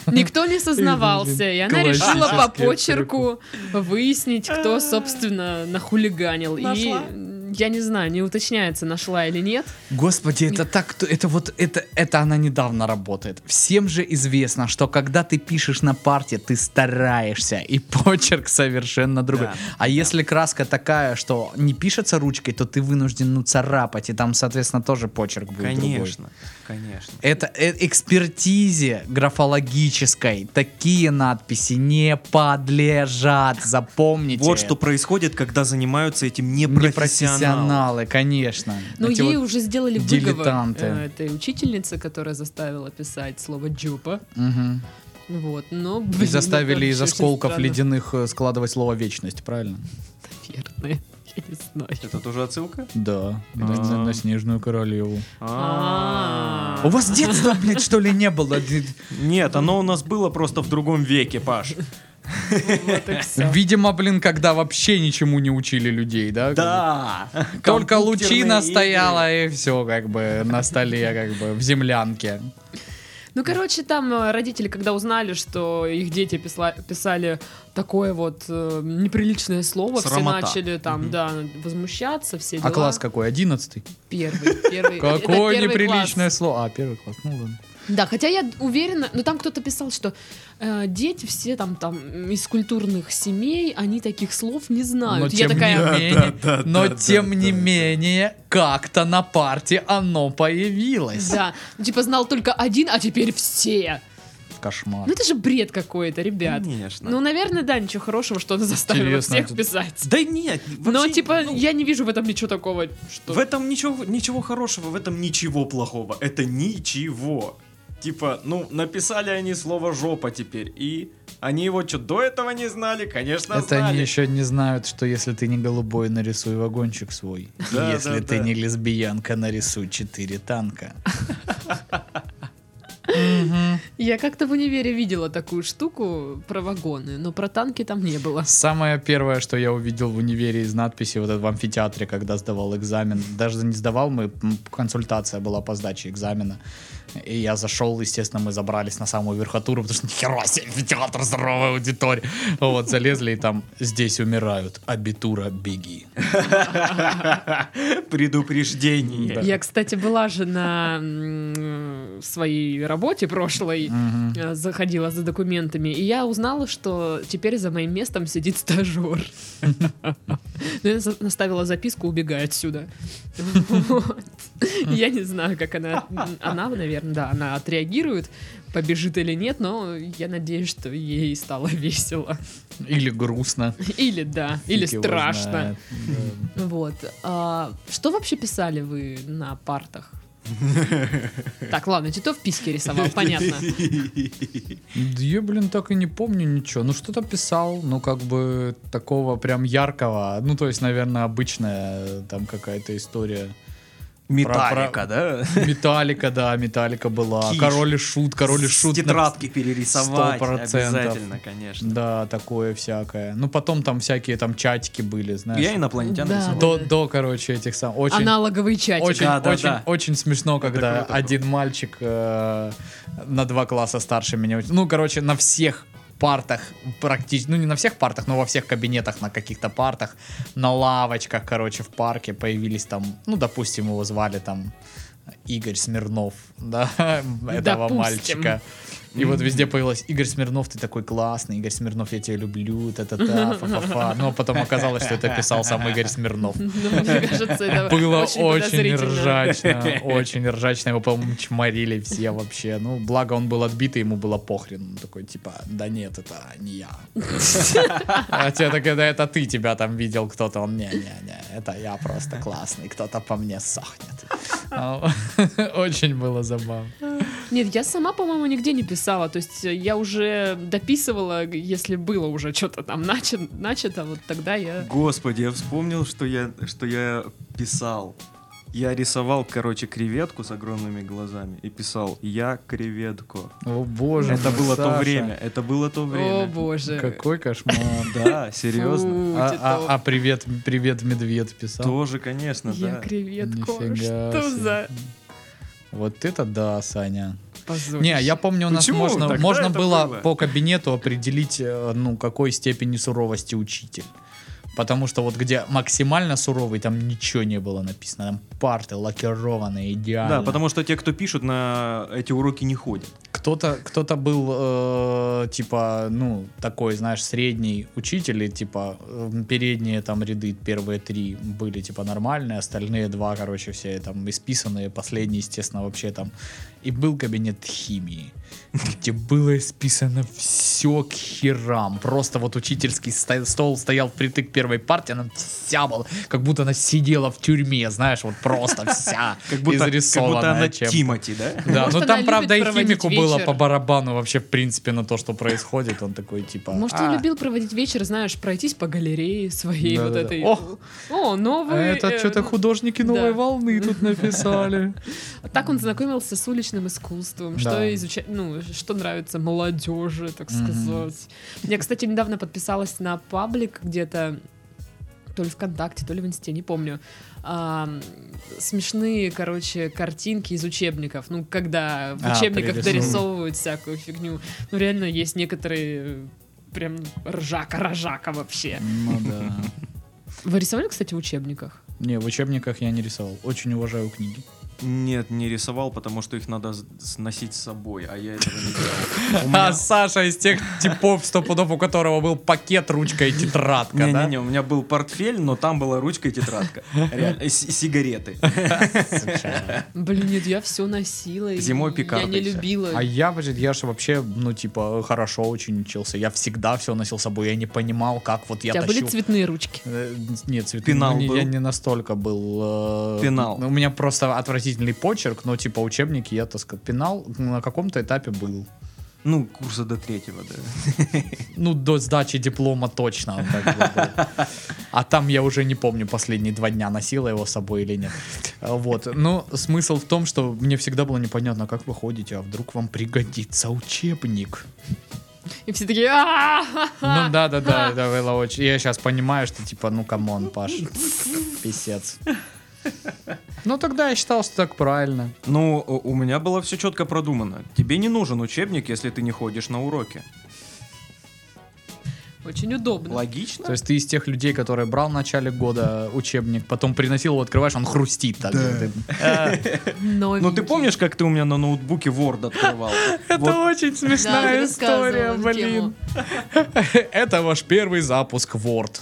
S1: Никто не сознавался, и она решила по
S2: Классический
S1: почерку выяснить, кто, собственно, нахулиганил. И
S3: Нашла?
S1: я не знаю, не уточняется, нашла или нет.
S2: Господи, это так, т- это вот, это, это она недавно работает. Всем же известно, что когда ты пишешь на парте, ты стараешься, и почерк совершенно другой.
S3: Да,
S2: а если краска такая, что не пишется ручкой, то ты вынужден, ну, царапать, и там, соответственно, тоже почерк будет другой.
S3: Конечно, конечно.
S2: Это э, экспертизе графологической такие надписи не подлежат, запомните.
S3: Вот что происходит, когда занимаются этим непрофессионалы.
S2: Непрофессионалы, конечно.
S1: Но
S2: Эти
S1: Ну, ей
S2: вот-
S1: уже сделали выговор
S2: дилетанты.
S1: э, этой учительнице, которая заставила писать слово «джопа».
S2: Мгм.
S1: Вот, но...
S2: И
S1: блин, это
S2: заставили из
S1: всё очень
S2: осколков
S1: странно.
S2: ледяных э, складывать слово вечность, правильно?
S1: Наверное, я не знаю.
S3: Это тоже отсылка?
S2: Да,
S3: на- на- на
S2: снежную королеву.
S1: А.
S2: У вас детства, блядь, что ли, не было?
S3: Нет, оно у нас было просто в другом веке, Паш.
S1: Вот и всё.
S2: Видимо, блин, когда вообще ничему не учили людей, да?
S3: Да.
S2: Только
S3: Компьютерные
S2: лучина
S3: игры.
S2: стояла и все, как бы, на столе, как бы, в землянке.
S1: Ну, короче, там э, родители, когда узнали, что их дети писла- писали такое вот э, неприличное слово,
S3: Срамота.
S1: все начали там, да, возмущаться, все дела.
S2: А класс какой? Одиннадцатый?
S1: Первый, первый. это
S2: Какое
S1: первый
S2: неприличное
S1: класс.
S2: слово. А, первый класс, ну ладно.
S1: Да, хотя я уверена, но там кто-то писал, что э, дети все там, там из культурных семей, они таких слов не знают. я
S2: Но тем
S1: такая,
S2: не менее, но тем не менее, как-то на парте оно появилось.
S1: да, Ну, типа знал только один, а теперь все.
S2: Кошмар.
S1: Ну это же бред какой-то, ребят.
S3: Конечно.
S1: Ну, наверное, да, ничего хорошего, что она заставила
S2: Интересно,
S1: всех
S2: это-
S1: писать.
S3: да нет.
S1: Но,
S3: вообще,
S1: типа,
S3: ну,
S1: я не вижу в этом ничего такого, что...
S3: В этом ничего, ничего хорошего, в этом ничего плохого. Это ничего. Типа, ну, написали они слово жопа теперь, и они его что, до этого не знали? Конечно,
S2: Это
S3: знали.
S2: они еще не знают, что если ты не голубой, нарисуй вагончик свой.
S3: Да,
S2: Если
S3: да,
S2: ты
S3: да.
S2: не лесбиянка, нарисуй четыре танка. Мгм.
S1: Я как-то в универе видела такую штуку про вагоны, но про танки там не было.
S2: Самое первое, что я увидел в универе из надписи вот это в амфитеатре, когда сдавал экзамен. Даже не сдавал, мы м, консультация была по сдаче экзамена. И я зашел, естественно, мы забрались на самую верхотуру, потому что нихера себе амфитеатр, здоровая аудитория. Вот, залезли и там «Здесь умирают, абитура, беги».
S3: Предупреждение.
S2: Да.
S1: Я, кстати, была же на м, своей работе прошлой,
S2: Мгм.
S1: э, заходила за документами, и я узнала, что теперь за моим местом сидит стажер. Ну, я за- наставила записку «Убегай отсюда». Вот. Я не знаю, как она... Она, наверное, да, она отреагирует, побежит или нет, но я надеюсь, что ей стало весело.
S2: Или грустно.
S1: Или да, или
S2: Фиг его
S1: страшно.
S2: знает. Да.
S1: Вот. А, что вообще писали вы на партах? Так, ладно, Титов письки рисовал, понятно.
S2: Да я, блин, так и не помню ничего. Ну, что-то писал, ну, как бы такого прям яркого. Ну, то есть, наверное, обычная э, там какая-то история.
S3: Металлика, да?
S2: Металлика, да, Металлика была.
S3: Киш.
S2: Король и шут, король и
S3: С
S2: шут.
S3: Тетрадки перерисовать.
S2: 100%.
S3: Обязательно, конечно.
S2: Да, такое всякое. Ну, потом там всякие там чатики были,
S3: Я
S2: знаешь.
S3: инопланетян
S1: Да.
S3: рисовал.
S2: До, до, короче, этих самых.
S1: А
S2: Очень,
S1: Аналоговый чатик.
S2: Очень,
S3: Да, да,
S2: очень,
S3: да.
S2: очень смешно, когда
S3: круто было.
S2: один мальчик э, на два класса старше меня. уч- Ну, короче, на всех партах практически, ну не на всех партах, но во всех кабинетах на каких-то партах, на лавочках, короче, в парке появились там, ну, допустим, его звали там Игорь Смирнов, да, этого
S1: Допустим.
S2: мальчика. И вот везде появилось Игорь Смирнов, ты такой классный, Игорь Смирнов, я тебя люблю, та-та-та, фа-фа-фа. Но потом оказалось, что это писал сам Игорь Смирнов.
S1: Ну, мне кажется, это
S2: Было
S1: очень
S2: очень,
S1: подозрительно.
S2: ржачно, очень ржачно. Его, по-моему, чморили все вообще. Ну, благо он был отбитый, ему было похрен. Он такой, типа, да нет, это не я. А тебе так, да это ты, тебя там видел кто-то. Он, не-не-не, это я просто классный, кто-то по мне сохнет. А, Очень было забавно.
S1: Нет, я сама, по-моему, нигде не писала. То есть э, я уже дописывала, г- если было уже что-то там начат- начато, вот тогда я...
S3: Господи, я вспомнил, что я, что я писал. Я рисовал, короче, креветку с огромными глазами и писал «Я креветку».
S2: О боже,
S3: Это
S2: мой,
S3: было то
S2: Саша.
S3: время, это было то
S1: О
S3: время.
S1: боже.
S2: Какой кошмар.
S3: Да, серьезно.
S1: Фу,
S2: А,
S1: Титов.
S2: а- а привет, привет, медведь писал.
S3: Тоже, конечно,
S1: Я
S3: да.
S1: креветку.
S2: Нифига
S1: Что
S2: себе.
S1: за
S2: Вот это да, Саня.
S1: позор?
S2: Не, я помню, у нас
S3: Почему?
S2: можно,
S3: Тогда
S2: можно
S3: это
S2: было,
S3: было.
S2: по кабинету определить, э, ну, какой степени суровости учитель. Потому что вот где максимально суровый, там ничего не было написано. Там парты лакированные, идеально.
S3: Да, потому что те, кто пишут, на эти уроки не ходят.
S2: Кто-то кто был, э, типа, ну, такой, знаешь, средний учитель, и, типа, э, передние там ряды, первые три были, типа, нормальные, остальные два, короче, все там исписанные, последний, естественно, вообще там. И был кабинет химии, где было исписано все к херам. Просто вот учительский сто- стол стоял впритык первой партии, она вся была, как будто она сидела в тюрьме, знаешь, вот просто вся
S3: Как будто, как будто
S2: изрисованная
S3: она
S2: чем-то.
S3: Тимати, да?
S2: Да,
S1: Может,
S2: ну
S1: она
S2: там,
S1: любит
S2: правда, и
S1: проводить
S2: химику было
S1: вечер.
S2: по барабану вообще, в принципе, на то, что происходит. Он такой, типа...
S1: Может,
S2: «А,
S1: он любил проводить вечер, знаешь, пройтись по галерее своей вот
S2: Да-да-да.
S1: этой.
S2: О!
S1: О,
S2: а
S1: новый.
S2: это
S1: э,
S2: что-то художники
S1: да.
S2: новой волны тут написали.
S1: Так он знакомился с уличным искусством,
S2: Да.
S1: что изучает, ну, что нравится молодежи, так
S2: Мгм.
S1: сказать. Я, кстати, недавно подписалась на паблик где-то, то ли ВКонтакте, то ли в Инсте, не помню. А, смешные, короче, картинки из учебников. Ну, когда в
S2: А,
S1: учебниках
S2: пририсовывают.
S1: дорисовывают всякую фигню. Ну, реально есть некоторые э, прям ржака-рожака вообще.
S2: Ну да.
S1: Вы рисовали, кстати, в учебниках?
S2: Не, в учебниках я не рисовал. Очень уважаю книги.
S3: Нет, не рисовал, потому что их надо с- сносить с собой, а я этого не делал. У меня-
S2: А Саша из тех типов, сто пудов, у которого был пакет, ручка и тетрадка, да?
S3: Не-не-не, у меня был портфель, но там была ручка и тетрадка. Реально, э, си- Сигареты.
S1: Блин, нет, я все носила. и Я
S3: Зимой
S1: не
S3: пикардой всякой.
S1: любила.
S2: А я, блин, я же вообще, ну, типа, хорошо очень учился. Я всегда все носил с собой. Я не понимал, как вот я
S1: У тебя были
S2: тащу
S1: цветные ручки?
S2: Э, Нет, цветы.
S3: Пенал
S2: ну, не-
S3: был?
S2: Я не настолько был. э,
S3: Пенал.
S2: У меня просто отвратительный почерк, но типа учебники я таскал. Пенал на каком-то этапе был.
S3: Ну, курса до третьего, да.
S2: Ну, до сдачи диплома точно. он так вот был. А там я уже не помню, последние два дня носила его с собой или нет. Э, Вот. Но смысл в том, что мне всегда было непонятно, как вы ходите, а вдруг вам пригодится учебник.
S1: И все такие, «А-а-а!»
S2: Ну да, да, да, это было очень. Я сейчас понимаю, что типа, ну камон, Паш, писец. Ну тогда я считал, что так правильно.
S3: Ну, у у меня было все четко продумано. Тебе не нужен учебник, если ты не ходишь на уроки.
S1: Очень удобно.
S2: То
S3: Логично?
S2: есть ты из тех людей, которые брал в начале года учебник, потом приносил его, открываешь, он хрустит так. вот.
S3: Ну, ты помнишь, как ты у меня на ноутбуке Word открывал?
S2: Это
S3: Вот
S2: очень смешная история, блин. Это ваш первый запуск Word.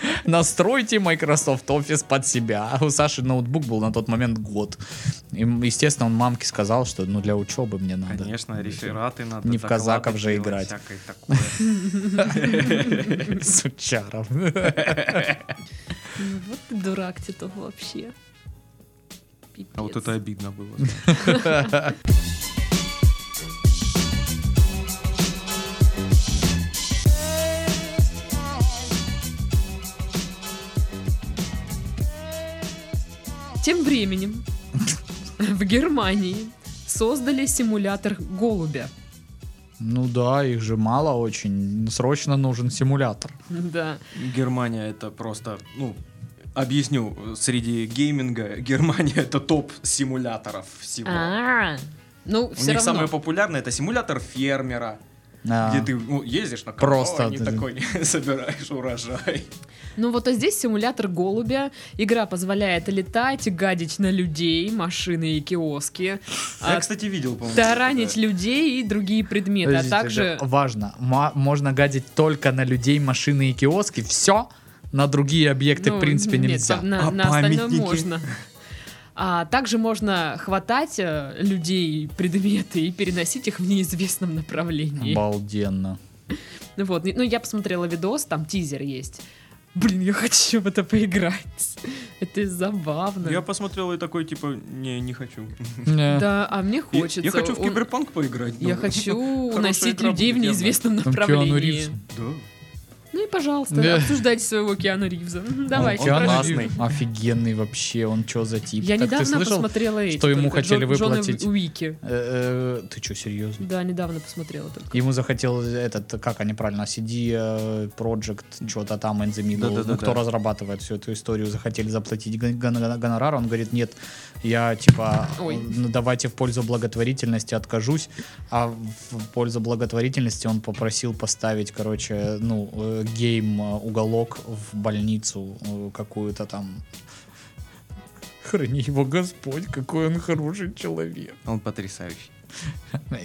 S2: Настройте Microsoft Office под себя. А У Саши ноутбук был на тот момент год. И, естественно, он мамке сказал, что ну для учебы мне надо.
S3: Конечно, рефераты надо.
S2: Не в
S3: доклады
S2: казаков же
S3: делать,
S2: играть.
S3: всякое такое.
S2: Сучаров.
S1: Ну, вот ты дурак, Титов, вообще. Пипец.
S3: А вот это обидно было.
S1: Тем временем в Германии создали симулятор голубя.
S2: Ну да, их же мало очень. Срочно нужен симулятор.
S1: Да.
S3: Германия это просто, ну, объясню, среди гейминга Германия это топ симуляторов всего.
S1: А, Ну,
S3: У
S1: все
S3: них самое
S1: равно.
S3: популярное это симулятор фермера,
S2: А,
S3: где ты ну, ездишь на
S2: Просто
S3: не
S2: ты-
S3: такой собираешь урожай.
S1: Ну вот а здесь симулятор голубя. Игра позволяет летать, гадить на людей, машины и киоски,
S3: Я,
S1: а,
S3: кстати, видел, по-моему.
S1: таранить
S3: это.
S1: людей и другие предметы, а
S2: подождите,
S1: также
S2: да, важно. Ма- можно гадить только на людей, машины и киоски. Все. На другие объекты,
S1: Ну,
S2: в принципе,
S1: нет,
S2: нельзя.
S1: там на,
S3: А
S1: на остальное
S3: памятники?
S1: можно. А также можно хватать э, людей, предметы и переносить их в неизвестном направлении.
S2: Обалденно.
S1: Ну Вот, ну я посмотрела видос, там тизер есть. Блин, я хочу в это поиграть. Это забавно.
S3: Я посмотрел и такой, типа, не, не хочу.
S2: Не.
S1: Да, а мне
S3: Я-
S1: хочется.
S3: Я, хочу в
S1: Он-
S3: киберпанк поиграть.
S1: Я
S3: ну,
S1: хочу
S3: хорошая
S1: уносить
S3: игра
S1: людей в
S3: будет, явно.
S1: неизвестном
S2: Там Киану
S1: направлении.
S2: Ривз.
S3: Да.
S1: Ну и пожалуйста,
S2: Да.
S1: обсуждайте своего Киану Ривза. Мгм, Давайте,
S2: Киану
S1: прошу.
S3: классный.
S2: Ривз Офигенный вообще, он что за тип?
S1: Я
S2: Так
S1: недавно
S2: ты слышал?
S1: посмотрела эти
S2: что ему
S1: только,
S2: хотели
S1: Джон- Джона
S2: выплатить?
S1: Уики.
S2: Э, э, Ты что, серьезно?
S1: Да, недавно посмотрела только.
S2: Ему захотел этот, как они правильно, CD э, Project, что-то там, in the middle,
S3: Да-да-да-да.
S2: ну, кто разрабатывает всю эту историю, захотели заплатить гон- гон- гонорар, он говорит, нет, я, типа,
S1: Ой.
S2: ну, давайте в пользу благотворительности откажусь, а в пользу благотворительности он попросил поставить, короче, ну, э, гейм э, уголок в больницу э, какую-то там. Храни его Господь, какой он хороший человек.
S3: Он потрясающий.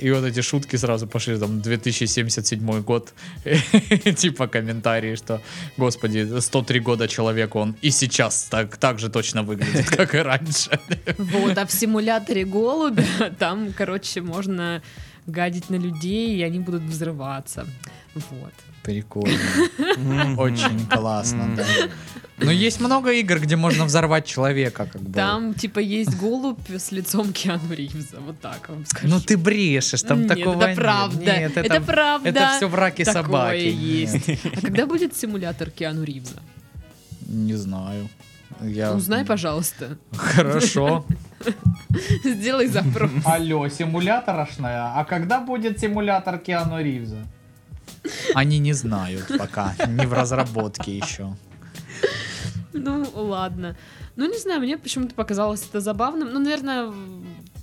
S2: И вот эти шутки сразу пошли, там, 2077 год, типа комментарии, что, господи, 103 года человеку он и сейчас так, так же точно выглядит, как и раньше.
S1: Вот, а в симуляторе голубя там, короче, можно гадить на людей, и они будут взрываться. Вот.
S2: Прикольно, очень классно. да. Но есть много игр, где можно взорвать человека, как бы.
S1: Там, типа, есть голубь с лицом Киану Ривза. Вот так вам скажу.
S2: Ну ты брешешь, там
S1: Нет,
S2: такого
S1: это
S2: нет.
S1: правда.
S2: Нет,
S1: это, правда.
S2: это все враки
S1: Такое
S2: собаки. Нет,
S1: есть. А когда будет симулятор Киану Ривза?
S2: Не знаю. Я...
S1: Узнай, пожалуйста.
S2: Хорошо.
S1: Сделай запрос.
S2: Алло, симуляторошная, а когда будет симулятор Киану Ривза? Они не знают пока, не в разработке еще.
S1: Ну, ладно. Ну, не знаю, мне почему-то показалось это забавным. Ну, наверное, в-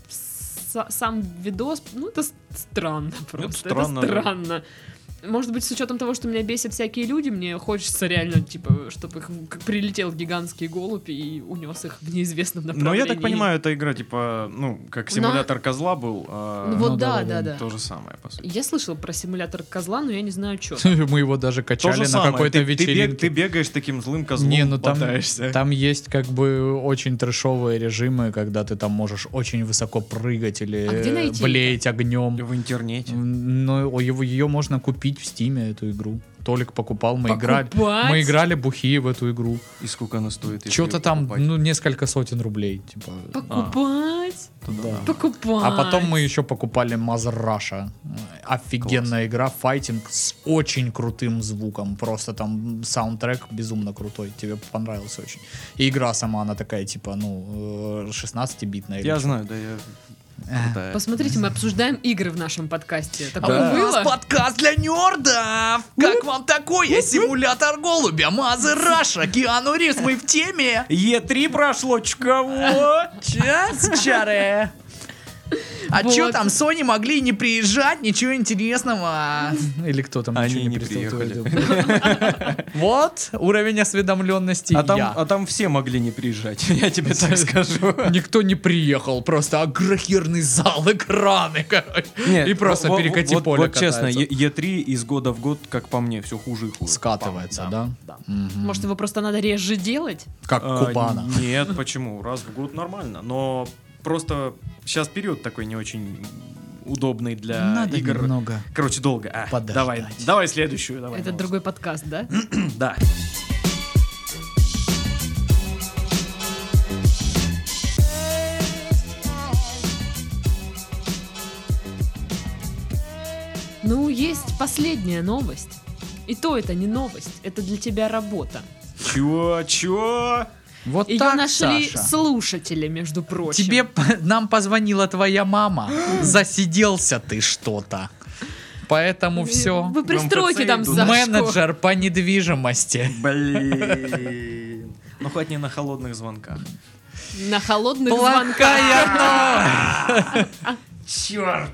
S1: с- сам видос, ну, это с- странно просто. Это
S3: странно, да.
S1: странно. Может быть, с учетом того, что меня бесят всякие люди, мне хочется реально, типа, чтобы их как прилетел гигантский голубь и унес их в неизвестном
S2: Ну,
S3: Но
S1: направлении.
S3: Ну, я так понимаю, эта игра, типа, ну, как
S1: Но-
S3: симулятор козла был. а,
S1: Ну, вот
S2: ну,
S1: да, да,
S2: да-да-да.
S1: да.
S3: То же самое, по сути.
S1: Я слышала про симулятор козла, но я не знаю, что.
S2: Мы его даже
S3: То же
S2: качали на
S3: самое.
S2: какой-то
S3: ты, ты бег- ты
S2: вечеринке.
S3: бегаешь таким злым козлом,
S2: Не, ну там,
S3: болтаешься.
S2: там есть как бы очень трешовые режимы, когда ты там можешь очень высоко прыгать или
S1: А где найти
S2: блеять огнем.
S3: В интернете.
S2: Но его, ее можно купить в Стиме, эту игру. Толик покупал, мы играли.
S1: Покупать?
S2: Мы играли бухие в эту игру.
S3: И сколько она стоит? если
S2: Что-то
S3: её
S2: там,
S3: покупать?
S2: ну, несколько сотен рублей. Типа,
S1: Покупать?
S2: да.
S1: Покупать.
S2: А потом мы еще покупали Мазраша. Офигенная игра, файтинг с очень крутым звуком. Просто там саундтрек безумно крутой. Тебе понравился очень. И игра сама, она такая, типа, ну, э, 16-битная.
S3: Я знаю, да, я... крутая.
S1: Посмотрите, мы обсуждаем игры в нашем подкасте.
S2: А
S1: Такое
S3: Да.
S1: было?
S2: подкаст для нердов! Как вам такое? Симулятор голубя, Мазраша, Киану Ривз, мы в теме!
S3: Е3 прошло, чего?
S2: Час, чары! А
S1: Вот.
S2: чё там, Sony могли и не приезжать, ничего интересного. Или кто там
S3: Они
S2: ничего
S3: не
S2: присутствует. Вот уровень осведомленности
S3: А там,
S2: я.
S3: а там все могли не приезжать, я тебе так скажу.
S2: а Никто не приехал, просто агрохерный зал, экраны, короче.
S3: Нет,
S2: И просто
S3: вот-
S2: перекати
S3: вот-
S2: поле
S3: Вот честно,
S2: катаются.
S3: Е- Е3 из года в год, как по мне, все хуже и хуже.
S2: Скатывается,
S3: Пам,
S2: да? Мгм.
S1: Может, его просто надо реже делать?
S2: Как
S3: А,
S2: Кубана.
S3: Нет, почему? Раз в год нормально. Но просто сейчас период такой не очень удобный для
S2: Надо
S3: игр.
S2: немного.
S3: Короче, долго. А,
S2: подождать.
S3: давай, давай следующую. Давай
S1: Это
S3: новость.
S1: другой подкаст, да?
S3: Да.
S1: Ну, есть последняя новость. И то это не новость, это для тебя работа.
S3: Чё, чё?
S2: Вот
S1: Ее
S2: так,
S1: нашли
S2: Саша.
S1: слушатели, между прочим.
S2: Тебе п- нам позвонила твоя мама. Засиделся ты что-то. Поэтому все.
S1: Вы пристройте
S3: Громко
S1: там
S3: цей
S1: Сашку.
S2: Менеджер по недвижимости.
S3: Блин. Ну хоть не на холодных звонках.
S1: На холодных звонках.
S2: Плохая
S3: Черт!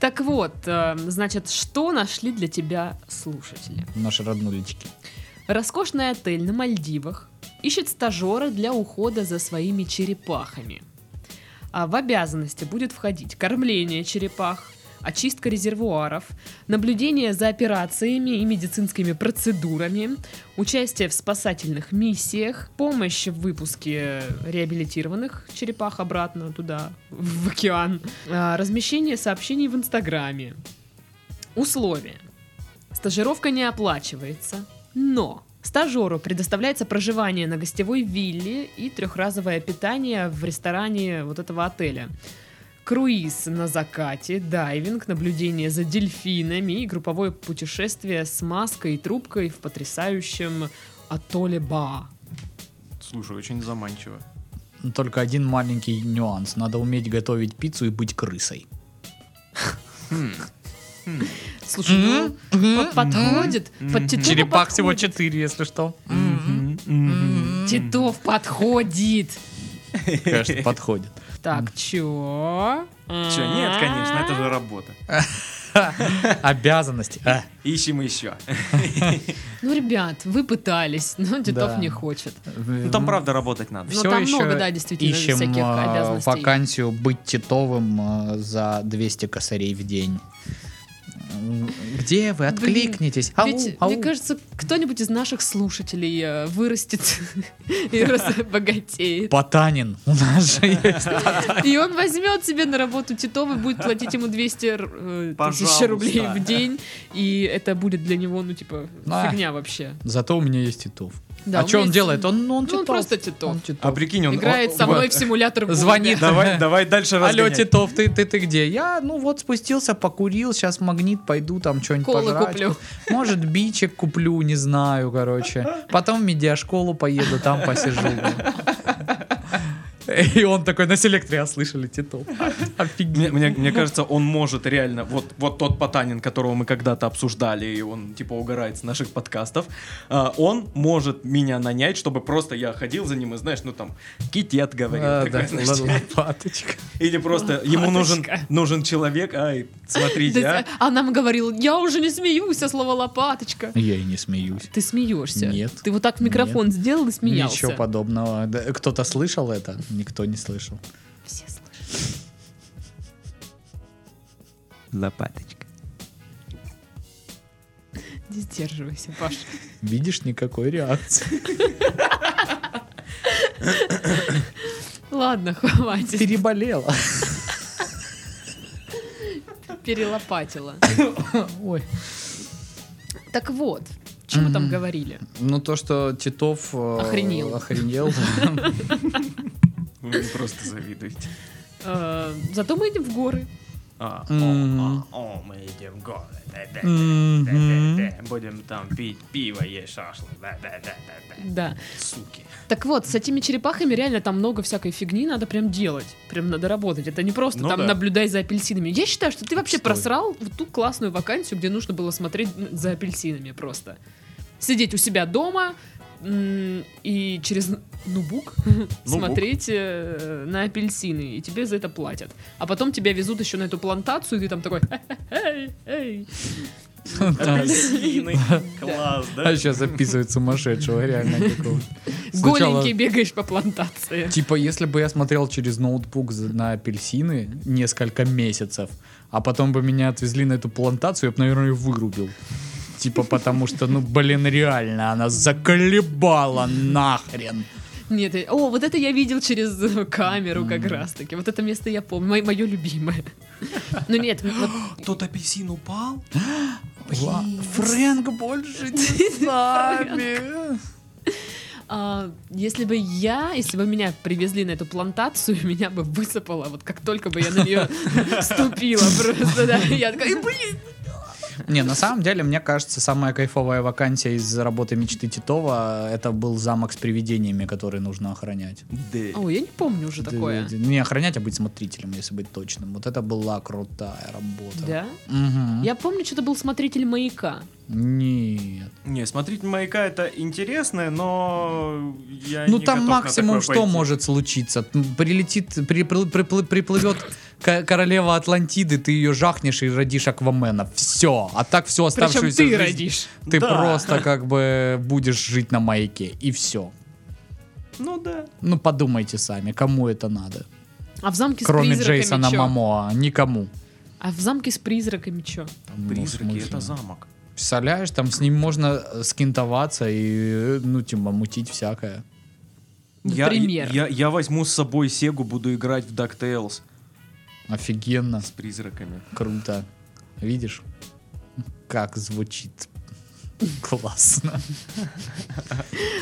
S1: Так вот, э, значит, что нашли для тебя слушатели?
S2: новость. Наши роднулечки.
S1: Роскошный отель на Мальдивах ищет стажера для ухода за своими черепахами. А в обязанности будет входить кормление черепах, очистка резервуаров, наблюдение за операциями и медицинскими процедурами, участие в спасательных миссиях, помощь в выпуске реабилитированных черепах обратно туда, в океан, а, размещение сообщений в Инстаграме. Условия. Стажировка не оплачивается, но стажеру предоставляется проживание на гостевой вилле и трехразовое питание в ресторане вот этого отеля. круиз на закате, дайвинг, наблюдение за дельфинами и групповое путешествие с маской и трубкой в потрясающем атолле Ба.
S3: Слушай, очень заманчиво.
S2: Ну, Только один маленький нюанс. Надо уметь готовить пиццу и быть крысой.
S3: Хм. Хм.
S1: Слушай, ну, по- подходит. Под
S3: Мгм.
S1: Титова
S2: Черепах всего
S1: подходит.
S2: 4, если что.
S3: Мгм. Мгм.
S1: Титов подходит.
S2: Конечно, подходит.
S1: Так, чё?
S3: Чё, нет, конечно, это же работа.
S2: Обязанности. А.
S3: Ищем еще.
S1: Ну, ребят, вы пытались, но Титов
S2: Да.
S1: не хочет.
S2: Э,
S3: Ну там правда работать надо.
S1: Ну,
S2: Всё
S1: там
S2: ещё
S1: много, да, действительно,
S2: ищем,
S1: всяких
S2: э,
S1: обязанностей.
S2: вакансию быть титовым э, за 200 косарей в день. М, Где вы? Откликнитесь. Ау,
S1: Ведь,
S2: ау.
S1: мне кажется, кто-нибудь из наших слушателей э, вырастет и разбогатеет.
S2: Потанин у нас же есть.
S1: И он возьмет себе на работу Титова и будет платить ему 200 р- э, тысяч
S3: Пожалуйста.
S1: рублей в день. И это будет для него, ну, типа,
S2: Да.
S1: фигня вообще.
S2: Зато у меня есть титов.
S1: Да,
S2: а
S1: у
S2: что
S1: меня
S2: он
S1: есть-
S2: делает? Он, ну, он
S1: Ну, он
S2: титов.
S1: просто Титов.
S2: Он титов.
S3: А прикинь, он
S1: Играет
S3: о-
S1: со
S3: вот.
S1: мной в симулятор в
S2: Звонит.
S3: Давай, давай дальше
S2: Алло,
S3: разгонять.
S2: Титов, ты, ты, ты где? Я, ну вот, спустился, покурил, сейчас магнит пойду, там что-нибудь
S1: Колы
S2: пожрать.
S1: куплю.
S2: Может, бичек куплю, не знаю, короче. Потом в медиашколу поеду, там посижу. И он такой на селекторе, а слышали Титов?
S3: Мне,
S2: Офигеть.
S3: мне- мне кажется, он может реально, вот, вот тот Потанин, которого мы когда-то обсуждали, и он типа угорает с наших подкастов, а, он может меня нанять, чтобы просто я ходил за ним и, знаешь, ну там, китет говорил.
S2: А,
S3: такой,
S2: да,
S3: знаешь,
S2: л- лопаточка.
S3: Или просто ему нужен, нужен человек, ай, смотрите,
S1: Да,
S3: а.
S1: а нам говорил, я уже не смеюсь, а слово лопаточка.
S2: Я и не смеюсь.
S1: Ты смеешься.
S2: Нет.
S1: Ты вот так в микрофон сделал и смеялся.
S2: Ничего подобного. Да, Кто-то слышал это? Никто не слышал.
S1: Все слышат.
S3: Лопаточка.
S1: Не сдерживайся, Паша.
S2: Видишь, никакой реакции.
S1: Ладно, хватит.
S2: Переболела.
S1: Перелопатила.
S2: Ой.
S1: Так вот, чем мы там
S2: Мгм.
S1: говорили?
S2: Ну, то, что Титов... э,
S1: Охренел.
S2: Охренел, да.
S3: Вы мне просто завидуете.
S1: Э, Зато мы идем в горы.
S3: А, о,
S2: Мгм.
S3: о, о, мы идем в горы. да-да-да,
S2: Мгм.
S3: да-да-да. Будем там пить пиво, есть шашлык. да-да-да-да-да.
S1: Да.
S3: Суки.
S1: Так вот, с этими черепахами реально там много всякой фигни надо прям делать. Прям надо работать. Это не просто
S3: Ну
S1: там
S3: да.
S1: наблюдай за апельсинами. Я считаю, что ты вообще
S2: Стой.
S1: просрал вот ту классную вакансию, где нужно было смотреть м, за апельсинами просто. Сидеть у себя дома м, и через н- ноутбук смотреть э, на апельсины, и тебе за это платят. А потом тебя везут еще на эту плантацию, и ты там такой... «Эй, эй».
S3: Апельсины. Класс, да?
S2: А сейчас записывает сумасшедшего, реально какого.
S1: Голенький бегаешь по плантации.
S2: Типа, если бы я смотрел через ноутбук за- на апельсины несколько месяцев, а потом бы меня отвезли на эту плантацию, я бы, наверное, ее вырубил. Типа, потому что, ну, блин, реально, она заколебала нахрен.
S1: Нет, э, о, вот это я видел через э, камеру как раз-таки. Вот это место я помню, мое, любимое. Ну нет, вот
S3: Тот апельсин упал?
S2: Ла- Фрэнк больше не с нами.
S1: а, если бы я, если бы меня привезли на эту плантацию, меня бы высыпало, вот как только бы я на нее ступила просто, да. Я такая, «И, блин!
S2: Не, на самом деле, мне кажется, самая кайфовая вакансия из работы мечты Титова это был замок с привидениями, который нужно охранять.
S3: Да.
S1: О, я не помню уже
S2: Да,
S1: такое.
S2: да, Не охранять, а быть смотрителем, если быть точным. Вот это была крутая работа.
S1: Да?
S2: Мгм.
S1: Я помню, что это был смотритель маяка.
S2: Нет.
S3: Не, смотрите, маяка это интересно, но я
S2: Ну
S3: не
S2: там
S3: готов на
S2: максимум
S3: такое
S2: что
S3: пойти.
S2: может случиться. М, Прилетит, при- при- припл- приплывет ко- королева Атлантиды, ты ее жахнешь и родишь аквамена. Все. А так всю
S1: Причем
S2: оставшуюся
S1: ты
S2: жизнь
S1: родишь.
S2: Ты
S3: Да.
S2: просто как бы будешь жить на маяке. И все.
S3: Ну да.
S2: Ну подумайте сами, кому это надо.
S1: А в замке с
S2: Кроме
S1: призраками
S2: Джейсона
S1: чё?
S2: Мамоа, никому.
S1: А в замке с призраками что?
S2: Там, ну,
S3: Призраки
S2: смысл.
S3: это замок.
S2: Представляешь, там с ним можно э, скинтоваться и, э, ну, типа, мутить всякое.
S1: Например.
S3: Я, я, я возьму с собой Сегу, буду играть в DuckTales
S2: Офигенно,
S3: с призраками.
S2: круто. Видишь, как звучит классно.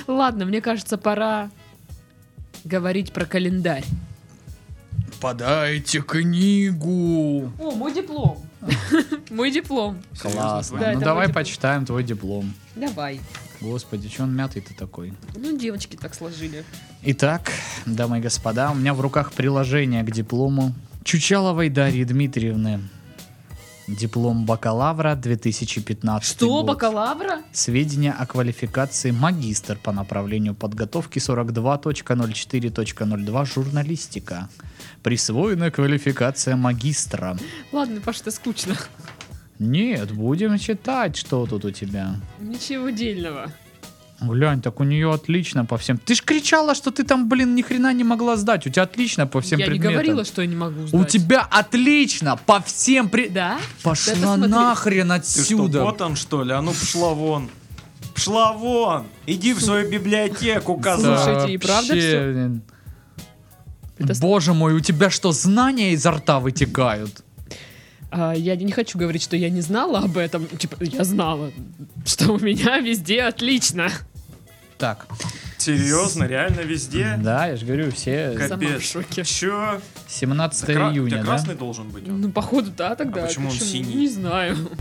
S1: Ладно, мне кажется, пора говорить про календарь.
S2: подайте книгу.
S1: О, мой диплом. Мой диплом.
S3: Серьезно,
S2: Классно.
S1: Да, это
S2: ну
S1: мой
S2: давай
S1: диплом.
S2: почитаем твой диплом.
S1: Давай.
S2: Господи, че он мятый-то такой?
S1: Ну, девочки так сложили.
S2: Итак, дамы и господа, у меня в руках приложение к диплому Чучаловой Дарьи Дмитриевны. Диплом бакалавра 2015
S1: Что,
S2: год.
S1: бакалавра?
S2: Сведения о квалификации магистр по направлению подготовки 42.04.02 журналистика. Присвоена квалификация магистра.
S1: Ладно, Паш, это скучно.
S2: Нет, будем читать, что тут у тебя.
S1: Ничего дельного.
S2: Глянь, так у нее отлично по всем. Ты ж кричала, что ты там, блин, ни хрена не могла сдать. У тебя отлично по всем
S1: я
S2: предметам.
S1: не говорила, что я не могу
S2: У
S1: сдать.
S2: тебя отлично по всем при...
S1: Да? Это
S2: Пошла
S1: смотри.
S2: нахрен
S3: Ты что,
S2: отсюда.
S3: ботан, что ли? А ну пошла вон. Пшла вон! Иди в свою библиотеку,
S1: Слушай,
S3: коза.
S1: А Слушайте, и правда
S2: Вообще,
S1: всё?
S2: блин.
S1: Это с-
S2: Боже мой, у тебя что, знания изо рта вытекают?
S1: А, я не хочу говорить, что я не знала об этом. Типа, я знала, что у меня везде отлично.
S2: Так,
S3: Серьезно, реально везде?
S2: да, я же говорю, все...
S3: Капец.
S1: Сама в шоке.
S3: Чё?
S2: 17
S3: Кра- у тебя
S2: июня, да?
S3: красный должен быть. он.
S1: Ну, походу, да, тогда.
S3: А почему он синий?
S1: Не знаю.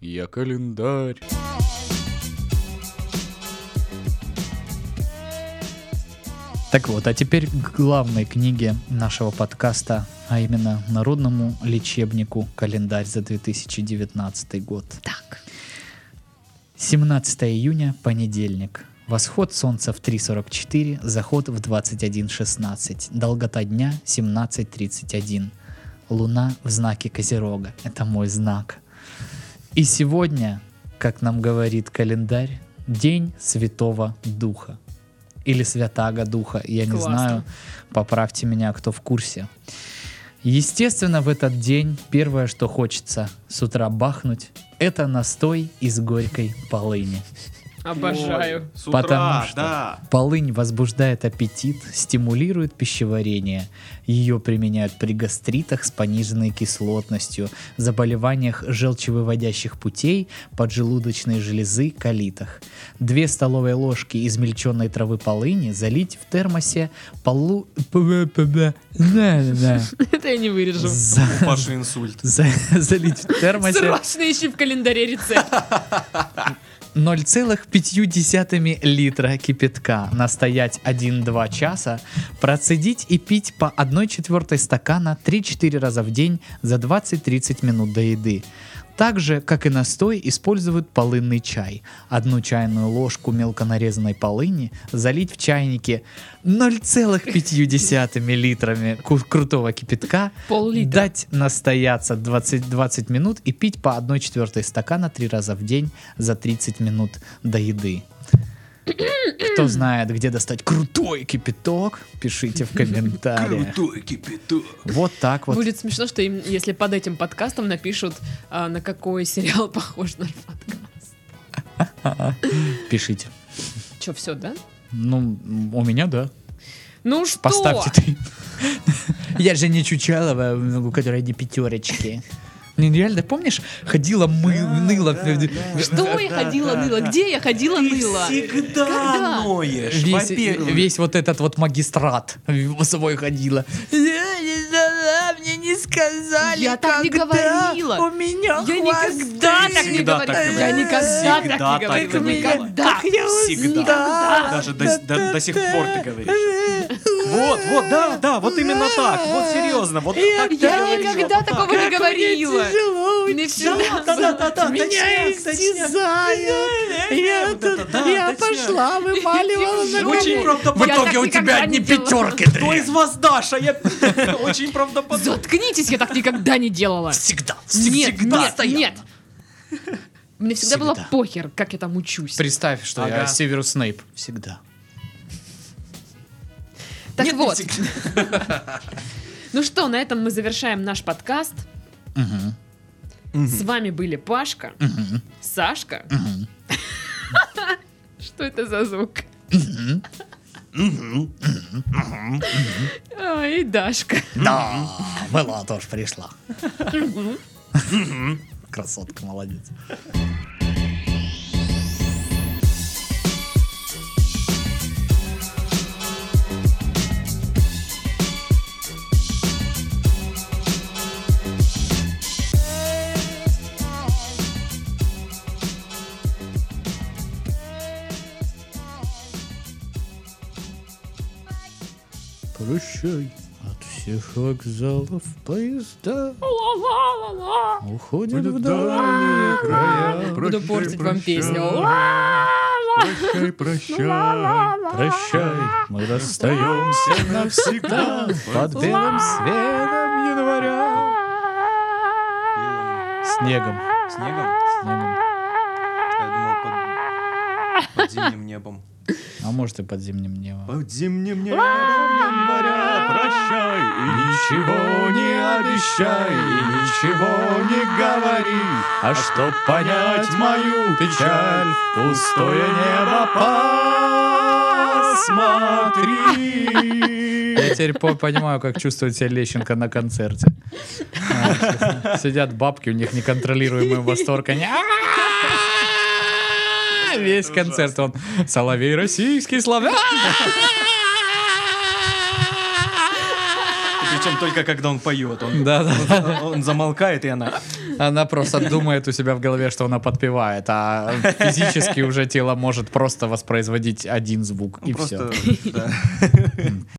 S2: Я календарь. Так вот, а теперь к главной книге нашего подкаста, а именно народному лечебнику «Календарь за 2019 год».
S1: Так.
S2: 17 июня, понедельник. Восход солнца в 3.44, заход в 21.16, долгота дня 17.31. Луна в знаке Козерога, это мой знак. И сегодня, как нам говорит календарь, День Святого Духа. Или Святаго Духа, я не
S1: Классно.
S2: знаю, поправьте меня, кто в курсе. Естественно, в этот день первое, что хочется с утра бахнуть, это настой из горькой полыни.
S1: Обожаю.
S3: Ой, С утра,
S2: Потому что-
S3: да.
S2: Полынь возбуждает аппетит, стимулирует пищеварение. Ее применяют при гастритах с пониженной кислотностью, заболеваниях желчевыводящих путей, поджелудочной железы, колитах. Две столовые ложки измельченной травы полыни залить в термосе полу... Да, да, да.
S1: Это я не вырежу.
S2: За-
S3: У Паши инсульт.
S2: за- Залить в термосе
S1: Срочно ищи в календаре рецепт.
S2: 0,5 литра кипятка, настоять 1-2 часа, процедить и пить по 1 четвертой стакана 3-4 раза в день за 20-30 минут до еды. Так же, как и настой, используют полынный чай. Одну чайную ложку мелко нарезанной полыни залить в чайнике 0,5 литрами ку- крутого кипятка,
S1: Пол-литра.
S2: дать настояться 20, 20 минут и пить по 1 четвертой стакана 3 раза в день за 30 минут до еды. Кто знает, где достать крутой кипяток, пишите в комментариях.
S3: Крутой кипяток.
S2: Вот так вот.
S1: Будет смешно, что им, если под этим подкастом напишут, а, на какой сериал похож наш подкаст.
S2: Пишите.
S1: Че, все, да?
S2: Ну, м, у меня, да.
S1: Ну что?
S2: Поставьте ты. Я же не Чучалова, у которой не пятерочки. Не, реально, помнишь, ходила мы, ныла.
S1: Что я ходила ныла? Где я ходила ныла? Когда?
S3: Всегда ноешь,
S2: Весь,
S3: во-первых.
S2: весь вот этот вот магистрат в- свой ходила. Я не знала, мне не сказали.
S1: Я так не
S2: когда
S1: говорила.
S2: У меня
S1: Я никогда так не
S3: Всегда так
S1: говорила. Я
S3: говорила.
S1: никогда
S3: Всегда
S1: так не
S3: так
S1: говорила.
S3: говорила.
S1: Никогда.
S3: Всегда. Даже до, до- до сих пор ты говоришь. Вот, вот, да, да, вот именно так. Вот серьезно, вот так.
S1: Я никогда такого не говорила. Мне всегда было-
S2: Меня истязают. Я,
S3: да,
S2: тут-
S3: да,
S2: я
S3: точняк.
S2: пошла, вымаливала на
S1: Очень
S2: кого-
S1: правдоподобно. Я так никогда не делала.
S3: Кто из вас Даша? Я очень правдоподобно.
S1: Заткнитесь, я так никогда не делала.
S2: Всегда.
S1: Нет, нет,
S2: стояла.
S1: нет. Мне всегда было
S2: Всегда.
S1: похер, как я там учусь.
S2: Представь, что
S3: Ага.
S2: я Северус Снейп. Всегда.
S1: Так вот. Ну что, на этом мы завершаем наш подкаст. С вами были Пашка, Сашка. Что это за звук? А, И Дашка.
S2: Да, Мела А, тоже пришла. Красотка, молодец.
S4: Прощай от всех вокзалов поезда уходят в дальние края.
S1: Буду
S4: Прощай,
S1: портить вам
S4: прощай,
S1: песню.
S4: Прощай, прощай, прощай, мы расстаемся навсегда под белым светом января. Снегом.
S3: Снегом?
S4: Снегом.
S3: Я думал, под, под зимним небом.
S2: А может и под зимним небом.
S3: Под зимним небом января прощай и
S4: Ничего не обещай и ничего не говори, а чтоб понять мою печаль, в пустое небо посмотри.
S2: Я теперь по- понимаю, как чувствует себя Лещенко на концерте. А, честно. Сидят бабки, у них неконтролируемый восторг. Они «А-а-а!» Весь концерт он Соловей российский славян.
S3: Причем только когда он поет. Он,
S2: Да, да.
S3: он замолкает, и она...
S2: Она просто думает у себя в голове, что она подпевает, а физически уже тело может просто воспроизводить один звук и
S3: просто...
S2: все.
S3: да.